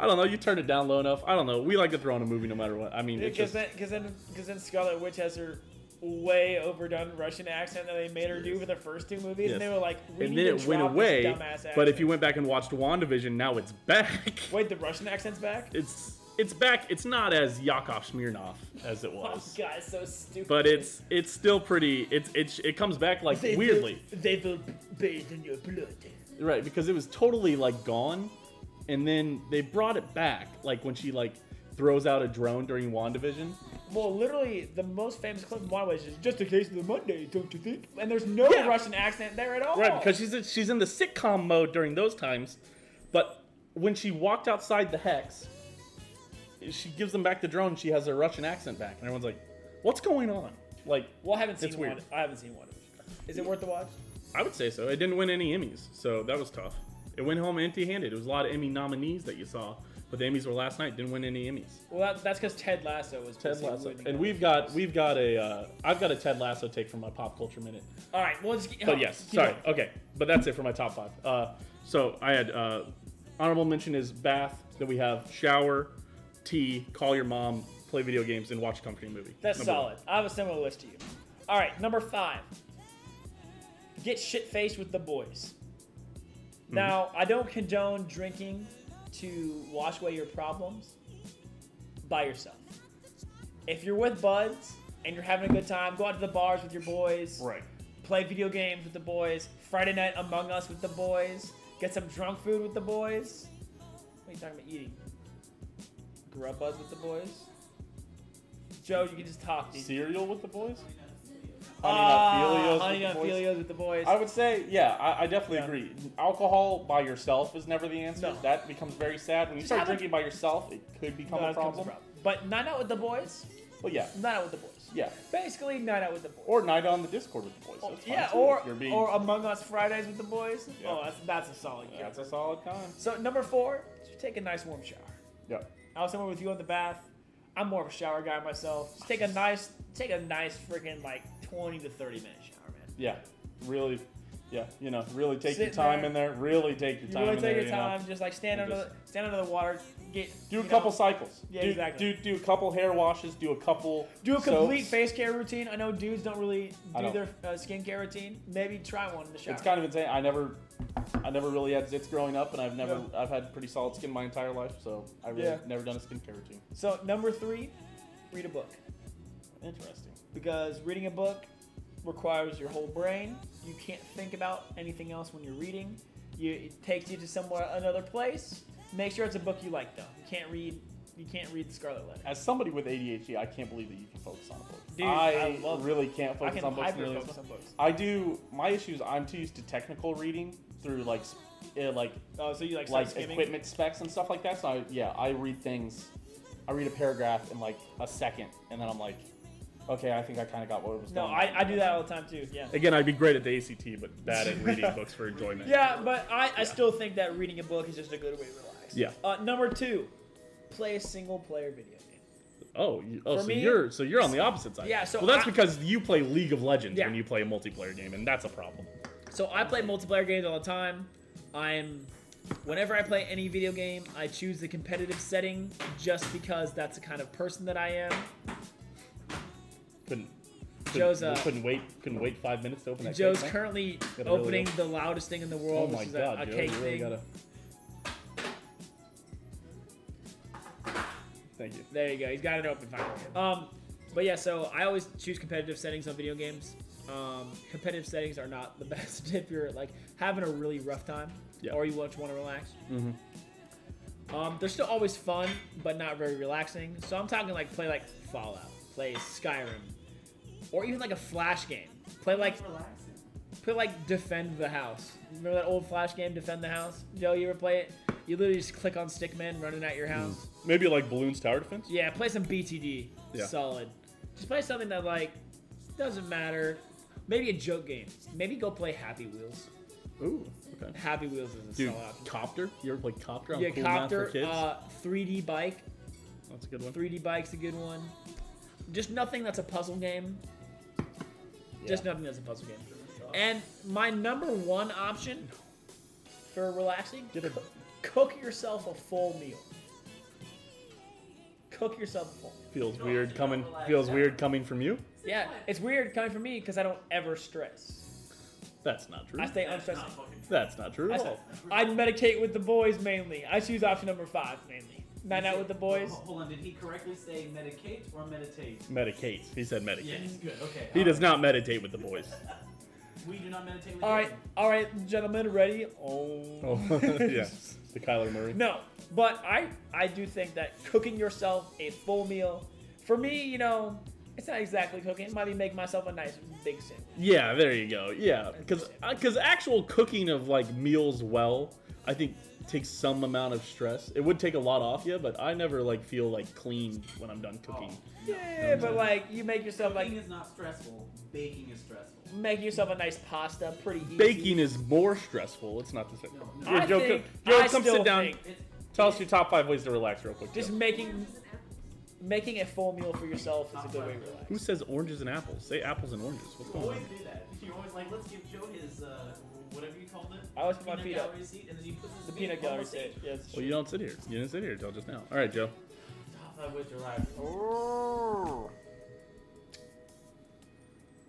Speaker 1: I don't know. You turned it down low enough. I don't know. We like to throw on a movie no matter what. I mean, it's just,
Speaker 2: Because then, because then, because then, Scarlet Witch has her way overdone Russian accent that they made her do for the first two movies,
Speaker 1: Yes.
Speaker 2: and they were like, we
Speaker 1: and
Speaker 2: need
Speaker 1: then
Speaker 2: to
Speaker 1: it went
Speaker 2: drop this
Speaker 1: away.
Speaker 2: dumbass accent.
Speaker 1: But if you went back and watched WandaVision, now it's back.
Speaker 2: wait, the Russian accent's back.
Speaker 1: it's it's back. It's not as Yakov Smirnov as it
Speaker 2: Oh
Speaker 1: was,
Speaker 2: god, it's so stupid.
Speaker 1: but it's it's still pretty. It's it's it comes back like
Speaker 2: They will-
Speaker 1: weirdly,
Speaker 2: they will bathe in your blood.
Speaker 1: right? Because it was totally like gone, and then they brought it back. Like when she like throws out a drone during Wandavision,
Speaker 2: well, literally, the most famous clip in my way is just a case of the Monday, don't you think? And there's no
Speaker 1: Yeah.
Speaker 2: Russian accent there at all.
Speaker 1: Right, because she's she's in the sitcom mode during those times, but when she walked outside the hex, she gives them back the drone. She has her Russian accent back, and everyone's like, "What's going on?" Like,
Speaker 2: well, I haven't
Speaker 1: It's
Speaker 2: seen one.
Speaker 1: weird.
Speaker 2: I haven't seen one. of it. Is it worth the watch?
Speaker 1: I would say so. It didn't win any Emmys, so that was tough. It went home empty-handed. It was a lot of Emmy nominees that you saw, but the Emmys were last night. Didn't win any Emmys.
Speaker 2: Well, that, that's because Ted Lasso was
Speaker 1: Ted
Speaker 2: basically
Speaker 1: Lasso,
Speaker 2: winning
Speaker 1: and
Speaker 2: all
Speaker 1: we've
Speaker 2: the
Speaker 1: got
Speaker 2: shows.
Speaker 1: we've got a uh, I've got a Ted Lasso take from my pop culture minute.
Speaker 2: All right, well, just get,
Speaker 1: But yes,
Speaker 2: keep
Speaker 1: sorry.
Speaker 2: going.
Speaker 1: Okay, but that's it for my top five. Uh, so I had uh, honorable mention is bath. Then we have shower, tea, call your mom, play video games, and watch a company movie.
Speaker 2: That's
Speaker 1: Number
Speaker 2: solid. I have a similar list to you. All right, number five. Get shit faced with the boys.
Speaker 1: Mm-hmm.
Speaker 2: Now, I don't condone drinking to wash away your problems by yourself. If you're with buds and you're having a good time, go out to the bars with your boys.
Speaker 1: one. Right.
Speaker 2: Play video games with the boys. Friday night Among Us with the boys. Get some drunk food with the boys. What are you talking about eating? Grubbuzz with the boys. Joe, you can just talk. Dude.
Speaker 1: Cereal with the boys.
Speaker 2: Ah,
Speaker 1: Honey Nut Cheerios with the
Speaker 2: Uh, Honey Nut
Speaker 1: boys?
Speaker 2: Cheerios with the boys.
Speaker 1: I would say, yeah, I, I definitely
Speaker 2: Yeah.
Speaker 1: agree. Alcohol by yourself is never the answer.
Speaker 2: No.
Speaker 1: That becomes very sad when you
Speaker 2: Just
Speaker 1: start
Speaker 2: have a-
Speaker 1: drinking by yourself. It could
Speaker 2: No,
Speaker 1: become
Speaker 2: that
Speaker 1: a
Speaker 2: becomes
Speaker 1: problem.
Speaker 2: But night out with the boys.
Speaker 1: But yeah,
Speaker 2: Night out with the boys.
Speaker 1: yeah.
Speaker 2: Basically, night out with the boys. Oh,
Speaker 1: Or night on the Discord with the boys. That's fine
Speaker 2: yeah,
Speaker 1: too,
Speaker 2: or
Speaker 1: if you're being,
Speaker 2: or Among Us Fridays with the boys.
Speaker 1: Yeah.
Speaker 2: Oh, that's that's a solid.
Speaker 1: Yeah,
Speaker 2: Yeah.
Speaker 1: that's a solid time.
Speaker 2: So number four, just take a nice warm shower.
Speaker 1: Yeah.
Speaker 2: I was somewhere with you on the bath. I'm more of a shower guy myself. Just take a nice, take a nice freaking like 20 to 30 minute shower, man.
Speaker 1: Yeah, really. Yeah, you know, really take your
Speaker 2: Sit
Speaker 1: time
Speaker 2: there.
Speaker 1: in there. Really take your
Speaker 2: You
Speaker 1: time.
Speaker 2: really
Speaker 1: in
Speaker 2: take
Speaker 1: there,
Speaker 2: your
Speaker 1: you know.
Speaker 2: time, just like stand
Speaker 1: And
Speaker 2: under, the, stand under the water, get
Speaker 1: Do
Speaker 2: you
Speaker 1: a
Speaker 2: know,
Speaker 1: couple cycles.
Speaker 2: Yeah,
Speaker 1: do,
Speaker 2: exactly.
Speaker 1: Do do a couple hair washes. Do a couple.
Speaker 2: do a complete
Speaker 1: soaps.
Speaker 2: face care routine. I know dudes don't really
Speaker 1: I
Speaker 2: do
Speaker 1: don't.
Speaker 2: their uh, skincare routine. Maybe try one in the shower.
Speaker 1: It's kind of insane. I never, I never really had zits growing up, and I've never,
Speaker 2: Yeah.
Speaker 1: I've had pretty solid skin my entire life, so I really
Speaker 2: Yeah.
Speaker 1: never done a skincare routine.
Speaker 2: so number three, read a book
Speaker 1: Interesting.
Speaker 2: because reading a book requires your whole brain. You can't think about anything else when you're reading. You, it takes you to somewhere another place. Make sure it's a book you like though. You can't read. You can't read The Scarlet Letter.
Speaker 1: As somebody with ADHD, I can't believe that you can focus on a book.
Speaker 2: Dude,
Speaker 1: I,
Speaker 2: I love-
Speaker 1: really can't
Speaker 2: I
Speaker 1: focus
Speaker 2: can
Speaker 1: on books.
Speaker 2: hyper
Speaker 1: nearly as
Speaker 2: focus on books.
Speaker 1: I do. My issues. I'm too used to technical reading through like, sp- uh, like
Speaker 2: Oh, so you like,
Speaker 1: like
Speaker 2: start skimming?
Speaker 1: equipment specs and stuff like that. So I, yeah, I read things. I read a paragraph in like a second, and then I'm like, okay, I think I kind of got what it was.
Speaker 2: No,
Speaker 1: going
Speaker 2: I,
Speaker 1: on.
Speaker 2: I do that all the time too. Yeah.
Speaker 9: Again, I'd be great at the ACT, but bad at reading books for enjoyment.
Speaker 2: Yeah, but I, I still think that reading a book is just a good way to relax.
Speaker 9: Yeah.
Speaker 2: Uh, number two, play a single player video game.
Speaker 9: Oh, you, oh,
Speaker 2: For
Speaker 9: so
Speaker 2: me-
Speaker 9: you're so you're on the opposite side.
Speaker 2: Yeah, so
Speaker 9: well, that's
Speaker 2: I-
Speaker 9: because you play League of Legends
Speaker 2: Yeah.
Speaker 9: when you play a multiplayer game, and that's a problem.
Speaker 10: So I play multiplayer games all the time. I'm whenever I play any video game, I choose the competitive setting just because that's the kind of person that I am.
Speaker 9: Couldn't. couldn't-
Speaker 10: Joe's, uh,
Speaker 9: couldn't wait. Couldn't wait five minutes to open that.
Speaker 10: Joe's
Speaker 9: cake, huh?
Speaker 10: currently
Speaker 9: Gotta really
Speaker 10: opening
Speaker 9: go.
Speaker 10: the loudest thing in the
Speaker 9: Oh
Speaker 10: world,
Speaker 9: my
Speaker 10: which is a,
Speaker 9: god,
Speaker 10: a
Speaker 9: Joe,
Speaker 10: cake
Speaker 9: you really
Speaker 10: thing.
Speaker 9: gotta. Thank you.
Speaker 10: There you go. He's got it open finally. Um, but yeah, so I always choose competitive settings on video games. Um, competitive settings are not the best if you're like having a really rough time
Speaker 9: Yeah.
Speaker 10: or you just want to relax. Um, they're still always fun, but not very relaxing. So I'm talking like play like Fallout, play Skyrim, or even like a Flash game. Play like
Speaker 11: Relaxing.
Speaker 10: play like Defend the House. Remember that old Flash game, Defend the House? Joe, you ever play it? You literally just click on stickmen running at your house.
Speaker 9: Maybe like Balloons Tower Defense.
Speaker 10: Yeah, play some BTD.
Speaker 9: Yeah.
Speaker 10: Solid. Just play something that like doesn't matter. Maybe a joke game. Maybe go play Happy Wheels.
Speaker 9: Ooh. Okay.
Speaker 10: Happy Wheels is a
Speaker 9: Dude,
Speaker 10: solid option.
Speaker 9: copter. You ever play copter on
Speaker 10: uh, Yeah,
Speaker 9: cool Math for
Speaker 10: copter,
Speaker 9: kids?
Speaker 10: uh, 3D bike.
Speaker 9: that's a good one.
Speaker 10: 3D bike's a good one. Just nothing that's a puzzle game.
Speaker 1: Yeah.
Speaker 10: Just nothing that's a puzzle game. And my number one option for relaxing,
Speaker 1: Get a-
Speaker 10: cook, cook yourself a full meal. Cook yourself a full meal.
Speaker 1: feels
Speaker 11: No,
Speaker 1: weird
Speaker 11: no,
Speaker 1: coming.
Speaker 11: relax.
Speaker 1: Feels weird coming from you.
Speaker 10: Yeah,
Speaker 11: What?
Speaker 10: it's weird coming from me because I don't ever stress.
Speaker 1: That's not true.
Speaker 10: I stay
Speaker 11: That's
Speaker 10: unstressed.
Speaker 11: not fucking true.
Speaker 1: That's not true
Speaker 10: I,
Speaker 1: at
Speaker 10: stay-
Speaker 1: all.
Speaker 10: I medicate with the boys mainly. I choose option number five mainly. Night out with the boys.
Speaker 11: Hold- Hold on, did he correctly say medicate or meditate?
Speaker 1: Medicates. He said medicates.
Speaker 11: Yes, good, okay.
Speaker 1: He
Speaker 11: all
Speaker 1: does not meditate with the boys.
Speaker 11: right. We do not meditate with
Speaker 10: All right,
Speaker 11: him.
Speaker 10: all right, gentlemen, ready? Oh.
Speaker 1: Oh, yeah. The Kyler Murray.
Speaker 10: No, but I I do think that cooking yourself a full meal
Speaker 2: For me, you know, it's not exactly cooking. It might be making myself a nice big sandwich.
Speaker 12: Yeah, there you go. Yeah, because because actual cooking of like meals well, I think takes some amount of stress. It would take a lot off you, but I never like feel like clean when I'm done cooking.
Speaker 2: Oh. Yeah, but like you make yourself like
Speaker 13: Cooking is not stressful. Baking is stressful.
Speaker 2: make yourself a nice pasta, pretty easy.
Speaker 12: Baking is more stressful. It's not the same.
Speaker 13: No, no.
Speaker 12: Here,
Speaker 2: I
Speaker 12: Joe,
Speaker 2: think,
Speaker 12: co- Joe,
Speaker 2: I
Speaker 12: come
Speaker 2: still
Speaker 12: sit down.
Speaker 2: think
Speaker 13: It's
Speaker 12: Tell us your top five ways to relax, real quick.
Speaker 2: just
Speaker 12: Joe.
Speaker 2: making making a full meal for yourself is a good way to relax.
Speaker 12: Who says oranges and apples? Say apples and oranges. What's
Speaker 13: you
Speaker 12: going
Speaker 13: always
Speaker 12: on?
Speaker 13: do that. You're always like, let's give Joe his uh, whatever you called it.
Speaker 2: I always put my
Speaker 13: peanut
Speaker 2: feet up.
Speaker 13: gallery seat, and then he puts his
Speaker 2: The
Speaker 13: feet
Speaker 2: peanut
Speaker 13: on
Speaker 2: gallery
Speaker 13: seat.
Speaker 2: said, yes.
Speaker 12: Well, Oh, you don't sit here. You didn't sit here until just now. All right, Joe.
Speaker 13: Top five ways to relax.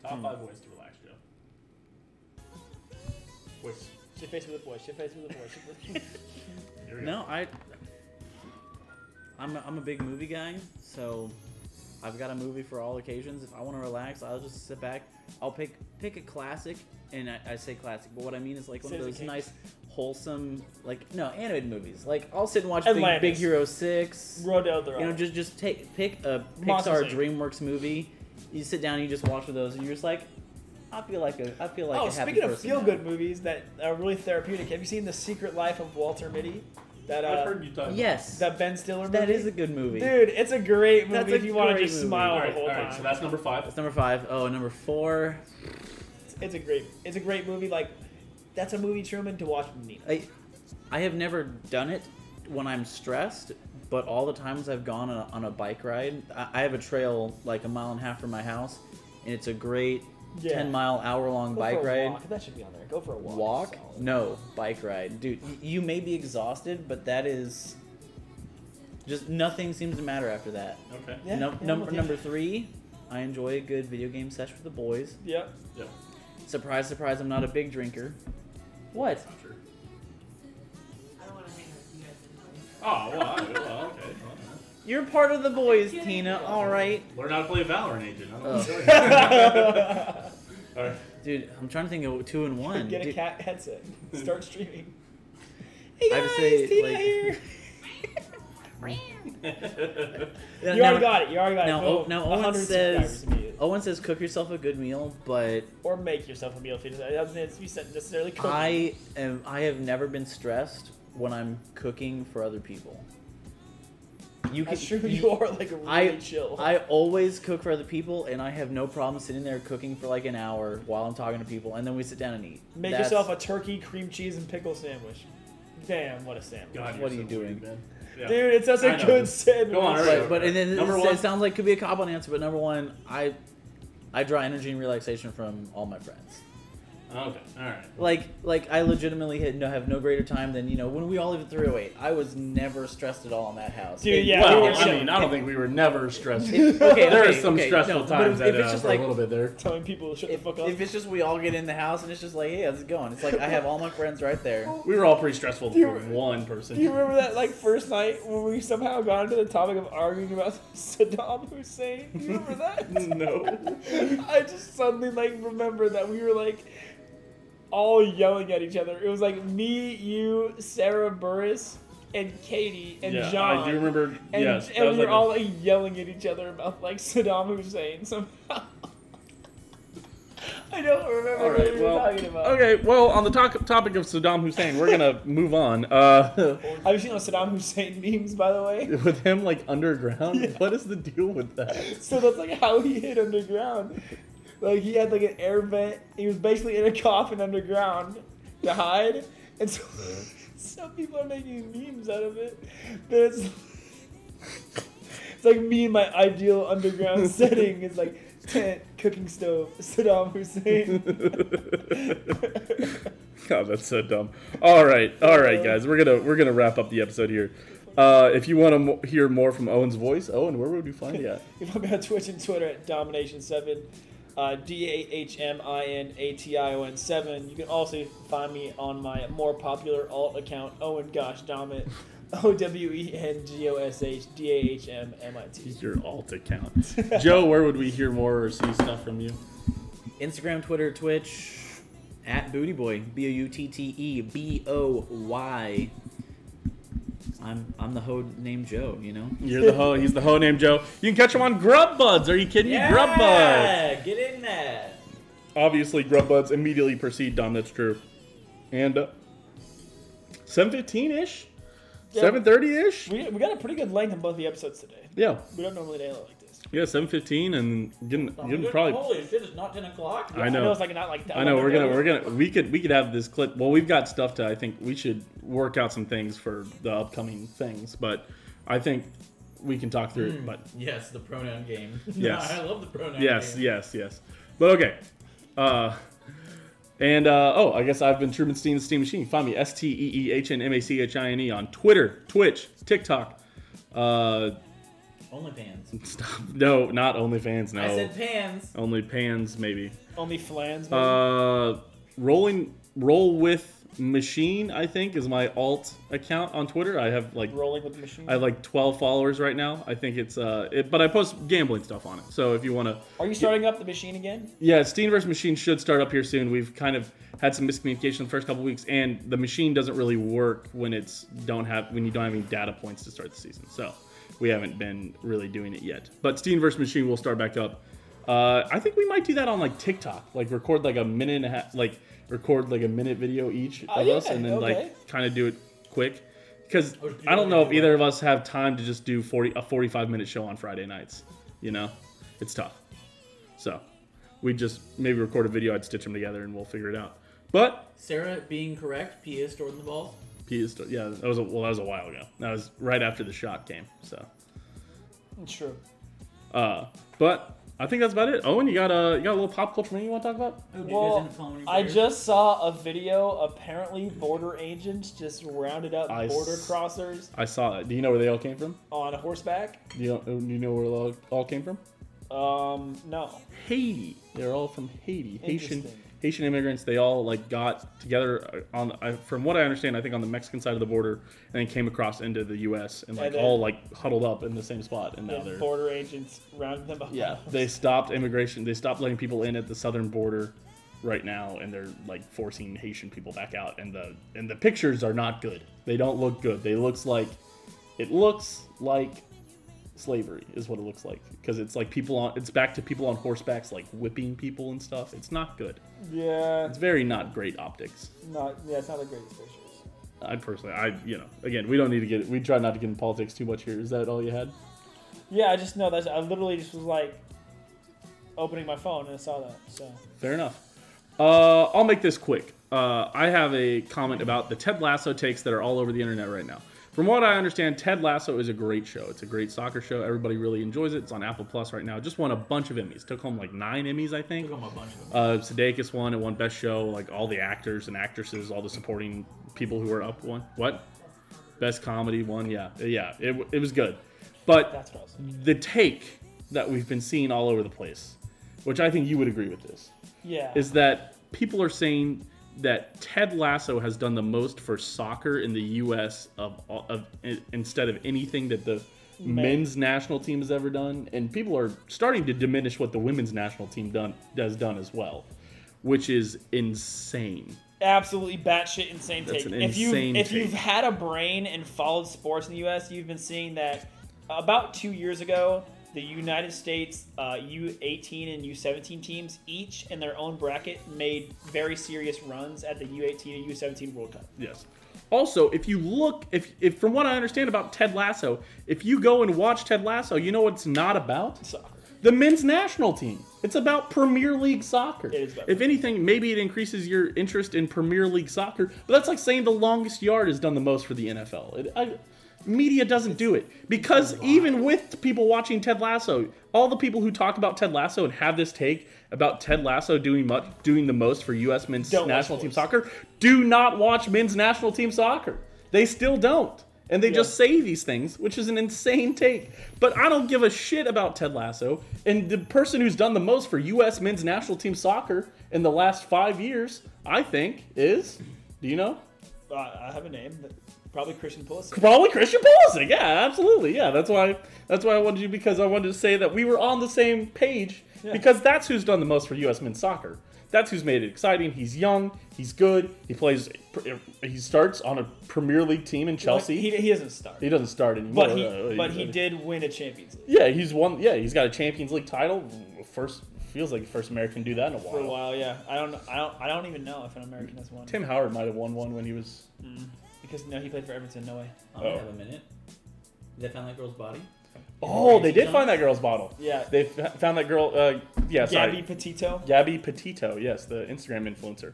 Speaker 1: Top
Speaker 12: Hmm.
Speaker 1: five ways to relax, Joe. Wait,
Speaker 2: Shit face with a boy. Shit face with a boy. shit face-
Speaker 1: here we go.
Speaker 11: No, I. I'm a, I'm a big movie guy, so I've got a movie for all occasions. If I want to relax, I'll just sit back. I'll pick pick a classic, and I, I say classic, but what I mean is like one of
Speaker 2: Citizen
Speaker 11: those
Speaker 2: Kane.
Speaker 11: nice, wholesome, like no animated movies. Like I'll sit and watch Big,
Speaker 2: Atlantis.
Speaker 11: Big Hero Six.
Speaker 2: Rodel the
Speaker 11: You know, just just take pick a
Speaker 2: Monster
Speaker 11: Pixar
Speaker 2: Inc.
Speaker 11: DreamWorks movie. You sit down, and you just watch those, and you're just like, I feel like a I feel like
Speaker 2: oh,
Speaker 11: a happy
Speaker 2: speaking of
Speaker 11: person
Speaker 2: feel
Speaker 11: now.
Speaker 2: good movies that are really therapeutic, have you seen The Secret Life of Walter Mitty? That
Speaker 1: I've
Speaker 2: uh,
Speaker 1: heard you talk. about-
Speaker 11: Yes,
Speaker 2: that Ben Stiller movie.
Speaker 11: that is a good movie.
Speaker 2: dude. It's a great movie
Speaker 11: That's a
Speaker 2: if you want to
Speaker 11: great
Speaker 2: just
Speaker 11: movie.
Speaker 2: smile
Speaker 1: All
Speaker 2: the
Speaker 1: right, all
Speaker 2: whole
Speaker 1: right.
Speaker 2: time.
Speaker 1: So that's number five.
Speaker 11: That's number five. Oh, number four.
Speaker 2: it's a great, it's a great movie. Like that's a movie Truman to watch with me.
Speaker 11: I, I have never done it when I'm stressed, but all the times I've gone on a, on a bike ride, I, I have a trail like a mile and a half from my house, and it's a great
Speaker 2: Yeah.
Speaker 11: ten mile hour long
Speaker 2: Go
Speaker 11: bike
Speaker 2: for a
Speaker 11: ride.
Speaker 2: Walk. That should be on there. Go for a walk.
Speaker 11: Walk?
Speaker 2: Solid.
Speaker 11: No, bike ride, dude. y- You may be exhausted, but that is just nothing seems to matter after that.
Speaker 1: Okay.
Speaker 2: Yeah,
Speaker 11: Num-
Speaker 2: yeah,
Speaker 11: number
Speaker 2: okay.
Speaker 11: number three, I enjoy a good video game session with the boys.
Speaker 2: Yep.
Speaker 1: Yep.
Speaker 11: Surprise, surprise, I'm not a big drinker. What?
Speaker 1: Not sure. Oh, well, I, well okay. Well,
Speaker 11: You're part of the boys, Tina. All right.
Speaker 1: learn how to play a Valorant agent. I don't know.
Speaker 11: Oh.
Speaker 1: what to tell you. All right.
Speaker 11: Dude, I'm trying to think of two and one.
Speaker 2: Get a
Speaker 11: Dude,
Speaker 2: cat headset. Start streaming. Hey
Speaker 11: I
Speaker 2: guys,
Speaker 11: would say,
Speaker 2: Tina
Speaker 11: like-
Speaker 2: here.
Speaker 11: uh,
Speaker 2: You already
Speaker 11: now-
Speaker 2: got it. You already got
Speaker 11: Now,
Speaker 2: it.
Speaker 11: O-
Speaker 2: Boom. 100
Speaker 11: now Owen
Speaker 2: subscribers
Speaker 11: says,
Speaker 2: immediately.
Speaker 11: Owen says, cook yourself a good meal, but
Speaker 2: or make yourself a meal if you decide. It doesn't have to be necessarily cooked.
Speaker 11: I am. I have never been stressed when I'm cooking for other people. You
Speaker 2: That's true. You are like really
Speaker 11: I
Speaker 2: chill.
Speaker 11: I always cook for other people, and I have no problem sitting there cooking for like an hour while I'm talking to people, and then we sit down and eat.
Speaker 2: Make
Speaker 11: That's-
Speaker 2: yourself a turkey, cream cheese, and pickle sandwich. Damn, what a sandwich.
Speaker 1: God,
Speaker 11: What
Speaker 1: you're
Speaker 11: are
Speaker 1: so
Speaker 11: you
Speaker 1: weird,
Speaker 11: doing?
Speaker 1: man. Yeah.
Speaker 2: Dude, it's such
Speaker 1: I
Speaker 2: a
Speaker 1: know.
Speaker 2: good sandwich.
Speaker 1: Go on, all right.
Speaker 11: But, but and then
Speaker 1: Number
Speaker 11: it,
Speaker 1: one.
Speaker 11: sounds like it could be a cop on answer, but number one, I I draw energy and relaxation from all my friends.
Speaker 1: Oh, Okay. All right.
Speaker 11: Like like I legitimately had no, have no greater time than you know when we all live at 308. I was never stressed at all in that house.
Speaker 2: Dude,
Speaker 11: It-
Speaker 2: yeah, we were
Speaker 1: Well, I
Speaker 2: chill.
Speaker 1: mean, I don't think we were never stressed.
Speaker 11: If, okay,
Speaker 1: there
Speaker 11: okay,
Speaker 1: are some
Speaker 11: okay,
Speaker 1: stressful
Speaker 11: no, but
Speaker 1: times
Speaker 11: if,
Speaker 1: that,
Speaker 11: if it's
Speaker 1: uh,
Speaker 11: just
Speaker 1: for
Speaker 11: like
Speaker 1: a little bit there.
Speaker 2: Telling people to shut
Speaker 11: if,
Speaker 2: the fuck up.
Speaker 11: if it's just we all get in the house and it's just like hey, how's it going? It's like I have all my friends right there.
Speaker 1: We were all pretty stressful
Speaker 2: You
Speaker 1: for
Speaker 2: were-
Speaker 1: one
Speaker 2: Do you
Speaker 1: person.
Speaker 2: remember that like first night when we somehow got into the topic of arguing about Saddam Hussein? Do you remember that?
Speaker 1: no.
Speaker 2: I just suddenly like remember that we were like all yelling at each other. It was like me, you, Sarah Burris, and Katie and
Speaker 1: yeah,
Speaker 2: John.
Speaker 1: I do remember.
Speaker 2: And,
Speaker 1: yes, that
Speaker 2: and
Speaker 1: was
Speaker 2: we
Speaker 1: like
Speaker 2: were
Speaker 1: a-
Speaker 2: all like yelling at each other about like Saddam Hussein somehow. I don't remember
Speaker 1: All
Speaker 2: what
Speaker 1: right,
Speaker 2: we were
Speaker 1: well,
Speaker 2: talking about.
Speaker 1: Okay, well, on the to- topic of Saddam Hussein, we're gonna move on. Uh,
Speaker 2: Have you seen those Saddam Hussein memes, by the way?
Speaker 1: with him like underground,
Speaker 2: Yeah.
Speaker 1: what is the deal with that?
Speaker 2: So that's like how he hid underground. Like he had like an air vent. He was basically in a coffin underground to hide. And so some people are making memes out of it. But it's it's like me and my ideal underground setting is like tent, cooking stove, Saddam Hussein.
Speaker 1: God, that's so dumb. All right, all
Speaker 2: Uh,
Speaker 1: right, guys, we're gonna we're gonna wrap up the episode here. Uh, if you want to mo- hear more from Owen's voice, Owen, where would you find you at?
Speaker 2: You follow me on Twitch and Twitter at Domination7, uh, D A H M I N A T I O N 7. You can also find me on my more popular alt account, Owen Gosh Domit, O W E N G O S H D A H M M I T.
Speaker 1: Your alt account, Joe. Where would we hear more or see stuff from you?
Speaker 11: Instagram, Twitter, Twitch, at Booty Boy, B O U T T E B O Y. I'm I'm the hoe named Joe, you know.
Speaker 1: You're the hoe. He's the hoe named Joe. You can catch him on Grub Buds. Are you kidding me? Grub Buds.
Speaker 11: get in there.
Speaker 1: Obviously, Grub Buds immediately precede Don. That's true. And uh, 7:15 ish, 7:30 ish.
Speaker 2: We, we got a pretty good length on both the episodes today.
Speaker 1: Yeah,
Speaker 2: We don't normally nail it like this.
Speaker 1: yeah. 7:15 and getting getting probably.
Speaker 11: Holy shit! It's not ten o'clock.
Speaker 1: I
Speaker 2: I know
Speaker 1: know.
Speaker 2: it's like not like that.
Speaker 1: I know we're gonna we're gonna we could we could have this clip. Well, we've got stuff to. I think we should work out some things for the upcoming things, but I think we can talk through it. But
Speaker 11: Yes, the pronoun game.
Speaker 1: Yes.
Speaker 11: I love the pronoun.
Speaker 1: yes,
Speaker 11: game.
Speaker 1: yes, yes. But okay. Uh, and uh, oh, I guess I've been Truman Steen, the Steam Machine. Find me S T E E H N M A C H I N E on Twitter, Twitch, TikTok. Uh,
Speaker 11: Only pans.
Speaker 1: stop. No, not OnlyFans.
Speaker 11: I
Speaker 1: No,
Speaker 11: said pans.
Speaker 1: only pans maybe.
Speaker 2: only flans. maybe?
Speaker 1: Uh, rolling roll with machine. I think is my alt account on Twitter. I have like
Speaker 2: rolling with the machine.
Speaker 1: I have like 12 followers right now. I think it's uh, it, but I post gambling stuff on it. So if you want to.
Speaker 2: Are you starting up the machine again?
Speaker 1: Yeah, Steam vs. Machine should start up here soon. We've kind of had some miscommunication the first couple weeks, and the machine doesn't really work when it's don't have when you don't have any data points to start the season. So we haven't been really doing it yet. But Steam vs. Machine will start back up. Uh, I think we might do that on like TikTok, like record like a minute and a half, like record like a minute video each
Speaker 2: Oh,
Speaker 1: of us,
Speaker 2: yeah,
Speaker 1: and then
Speaker 2: okay.
Speaker 1: like kind of do it quick. Because
Speaker 11: Or do
Speaker 1: I don't
Speaker 11: it
Speaker 1: know if
Speaker 11: anyway.
Speaker 1: either of us have time to just do forty a forty-five minute show on Friday nights. You know, it's tough. So we just maybe record a video. I'd stitch them together and we'll figure it out. But
Speaker 11: Sarah being correct. P is Jordan the balls.
Speaker 1: P is still, yeah, that was a, well, that was a while ago. That was right after the shot came. So,
Speaker 2: It's true.
Speaker 1: uh, but I think that's about it. Owen, you got a you got a little pop culture thing you want to talk about?
Speaker 2: Well, I just saw a video. Apparently, border agents just rounded up
Speaker 1: I
Speaker 2: border
Speaker 1: s-
Speaker 2: crossers
Speaker 1: I saw it. Do you know where they all came from?
Speaker 2: on horseback.
Speaker 1: Do you, uh, do you know where they all, all came from?
Speaker 2: Um, no,
Speaker 1: Haiti. They're all from Haiti. Haitian
Speaker 2: Interesting.
Speaker 1: Haitian immigrants. They all like got together uh, on, I, from what I understand, I think on the Mexican side of the border, and then came across into the U.S. and like
Speaker 2: And then-
Speaker 1: all like huddled up in the same spot, and now
Speaker 2: the
Speaker 1: they're
Speaker 2: border agents rounded them up.
Speaker 1: yeah. They stopped immigration. They stopped letting people in at the southern border right now, and they're like forcing Haitian people back out. And the and the pictures are not good. They don't look good. They looks like it looks like slavery is what it looks like because it's like people on it's back to people on horsebacks like whipping people and stuff. It's not good.
Speaker 2: yeah,
Speaker 1: It's very not great optics.
Speaker 2: not yeah, it's not the greatest pictures.
Speaker 1: I personally, I you know, again, we don't need to get we try not to get in politics too much here. Is that all you had?
Speaker 2: Yeah, I just know that I literally just was like opening my phone and I saw that. So
Speaker 1: Fair enough. Uh, I'll make this quick. Uh, I have a comment about the Ted Lasso takes that are all over the internet right now. From what I understand, Ted Lasso is a great show. It's a great soccer show. Everybody really enjoys it. It's on Apple Plus right now. Just won a bunch of Emmys. Took home like nine Emmys, I think.
Speaker 11: Took home a bunch of them.
Speaker 1: Uh, Sudeikis won. It won Best Show. Like all the actors and actresses, all the supporting people who were up won. What? Best Comedy won. Yeah, yeah. It, it was good. But
Speaker 2: that's what I was.
Speaker 1: the take that we've been seeing all over the place, which I think you would agree with this,
Speaker 2: Yeah,
Speaker 1: is that people are saying that Ted Lasso has done the most for soccer in the U.S. of, all- of instead of anything that the men's national team has ever done, and people are starting to diminish what the women's national team done has done as well, which is insane.
Speaker 2: absolutely batshit insane take.
Speaker 1: That's an
Speaker 2: if you
Speaker 1: insane
Speaker 2: if you've
Speaker 1: take.
Speaker 2: had a brain and followed sports in the U.S., you've been seeing that about two years ago, the United States uh, U18 and U17 teams, each in their own bracket, made very serious runs at the U18 and U17 World Cup.
Speaker 1: Yes. Also, if you look, if, if from what I understand about Ted Lasso, if you go and watch Ted Lasso, you know what it's not about?
Speaker 2: Soccer.
Speaker 1: the men's national team. It's about Premier League soccer.
Speaker 2: It is about-
Speaker 1: if anything, maybe it increases your interest in Premier League soccer. But that's like saying the longest yard has done the most for the NFL. It, I, media doesn't do it because even with people watching Ted Lasso, all the people who talk about Ted Lasso and have this take about Ted Lasso doing much, doing the most for U.S. men's
Speaker 2: Don't watch
Speaker 1: national team
Speaker 2: sports.
Speaker 1: soccer, do not watch men's national team soccer. They still don't. And they just say these things, which is an insane take. But I don't give a shit about Ted Lasso. And the person who's done the most for U.S. men's national team soccer in the last five years, I think, is. Do you know?
Speaker 2: Uh, I have a name, but probably Christian Pulisic.
Speaker 1: Probably Christian Pulisic. Yeah, absolutely. Yeah, that's why. That's why I wanted you because I wanted to say that we were on the same page because that's who's done the most for U.S. men's soccer. That's who's made it exciting. He's young. He's good. He plays. He starts on a Premier League team in Chelsea.
Speaker 2: He,
Speaker 1: He,
Speaker 2: he doesn't start.
Speaker 1: doesn't start anymore.
Speaker 2: but he,
Speaker 1: though.
Speaker 2: but he did win a Champions League
Speaker 1: Yeah, he's won. Yeah, he's got a Champions League title. First feels like the first American to do that in a
Speaker 2: for a
Speaker 1: while.
Speaker 2: while. Yeah, I don't, I don't, I don't even know if an American has won
Speaker 1: Tim Howard might have won one when he was.
Speaker 2: because no, he played for Everton. No way.
Speaker 11: I'm gonna
Speaker 1: Oh.
Speaker 11: have a minute. Did they find that girl's body?
Speaker 1: Oh, they did
Speaker 11: John-
Speaker 1: find that girl's bottle.
Speaker 2: Yeah,
Speaker 1: They f- found that girl. Uh, yeah, sorry.
Speaker 2: Gabby Petito.
Speaker 1: Gabby Petito, yes, the Instagram influencer.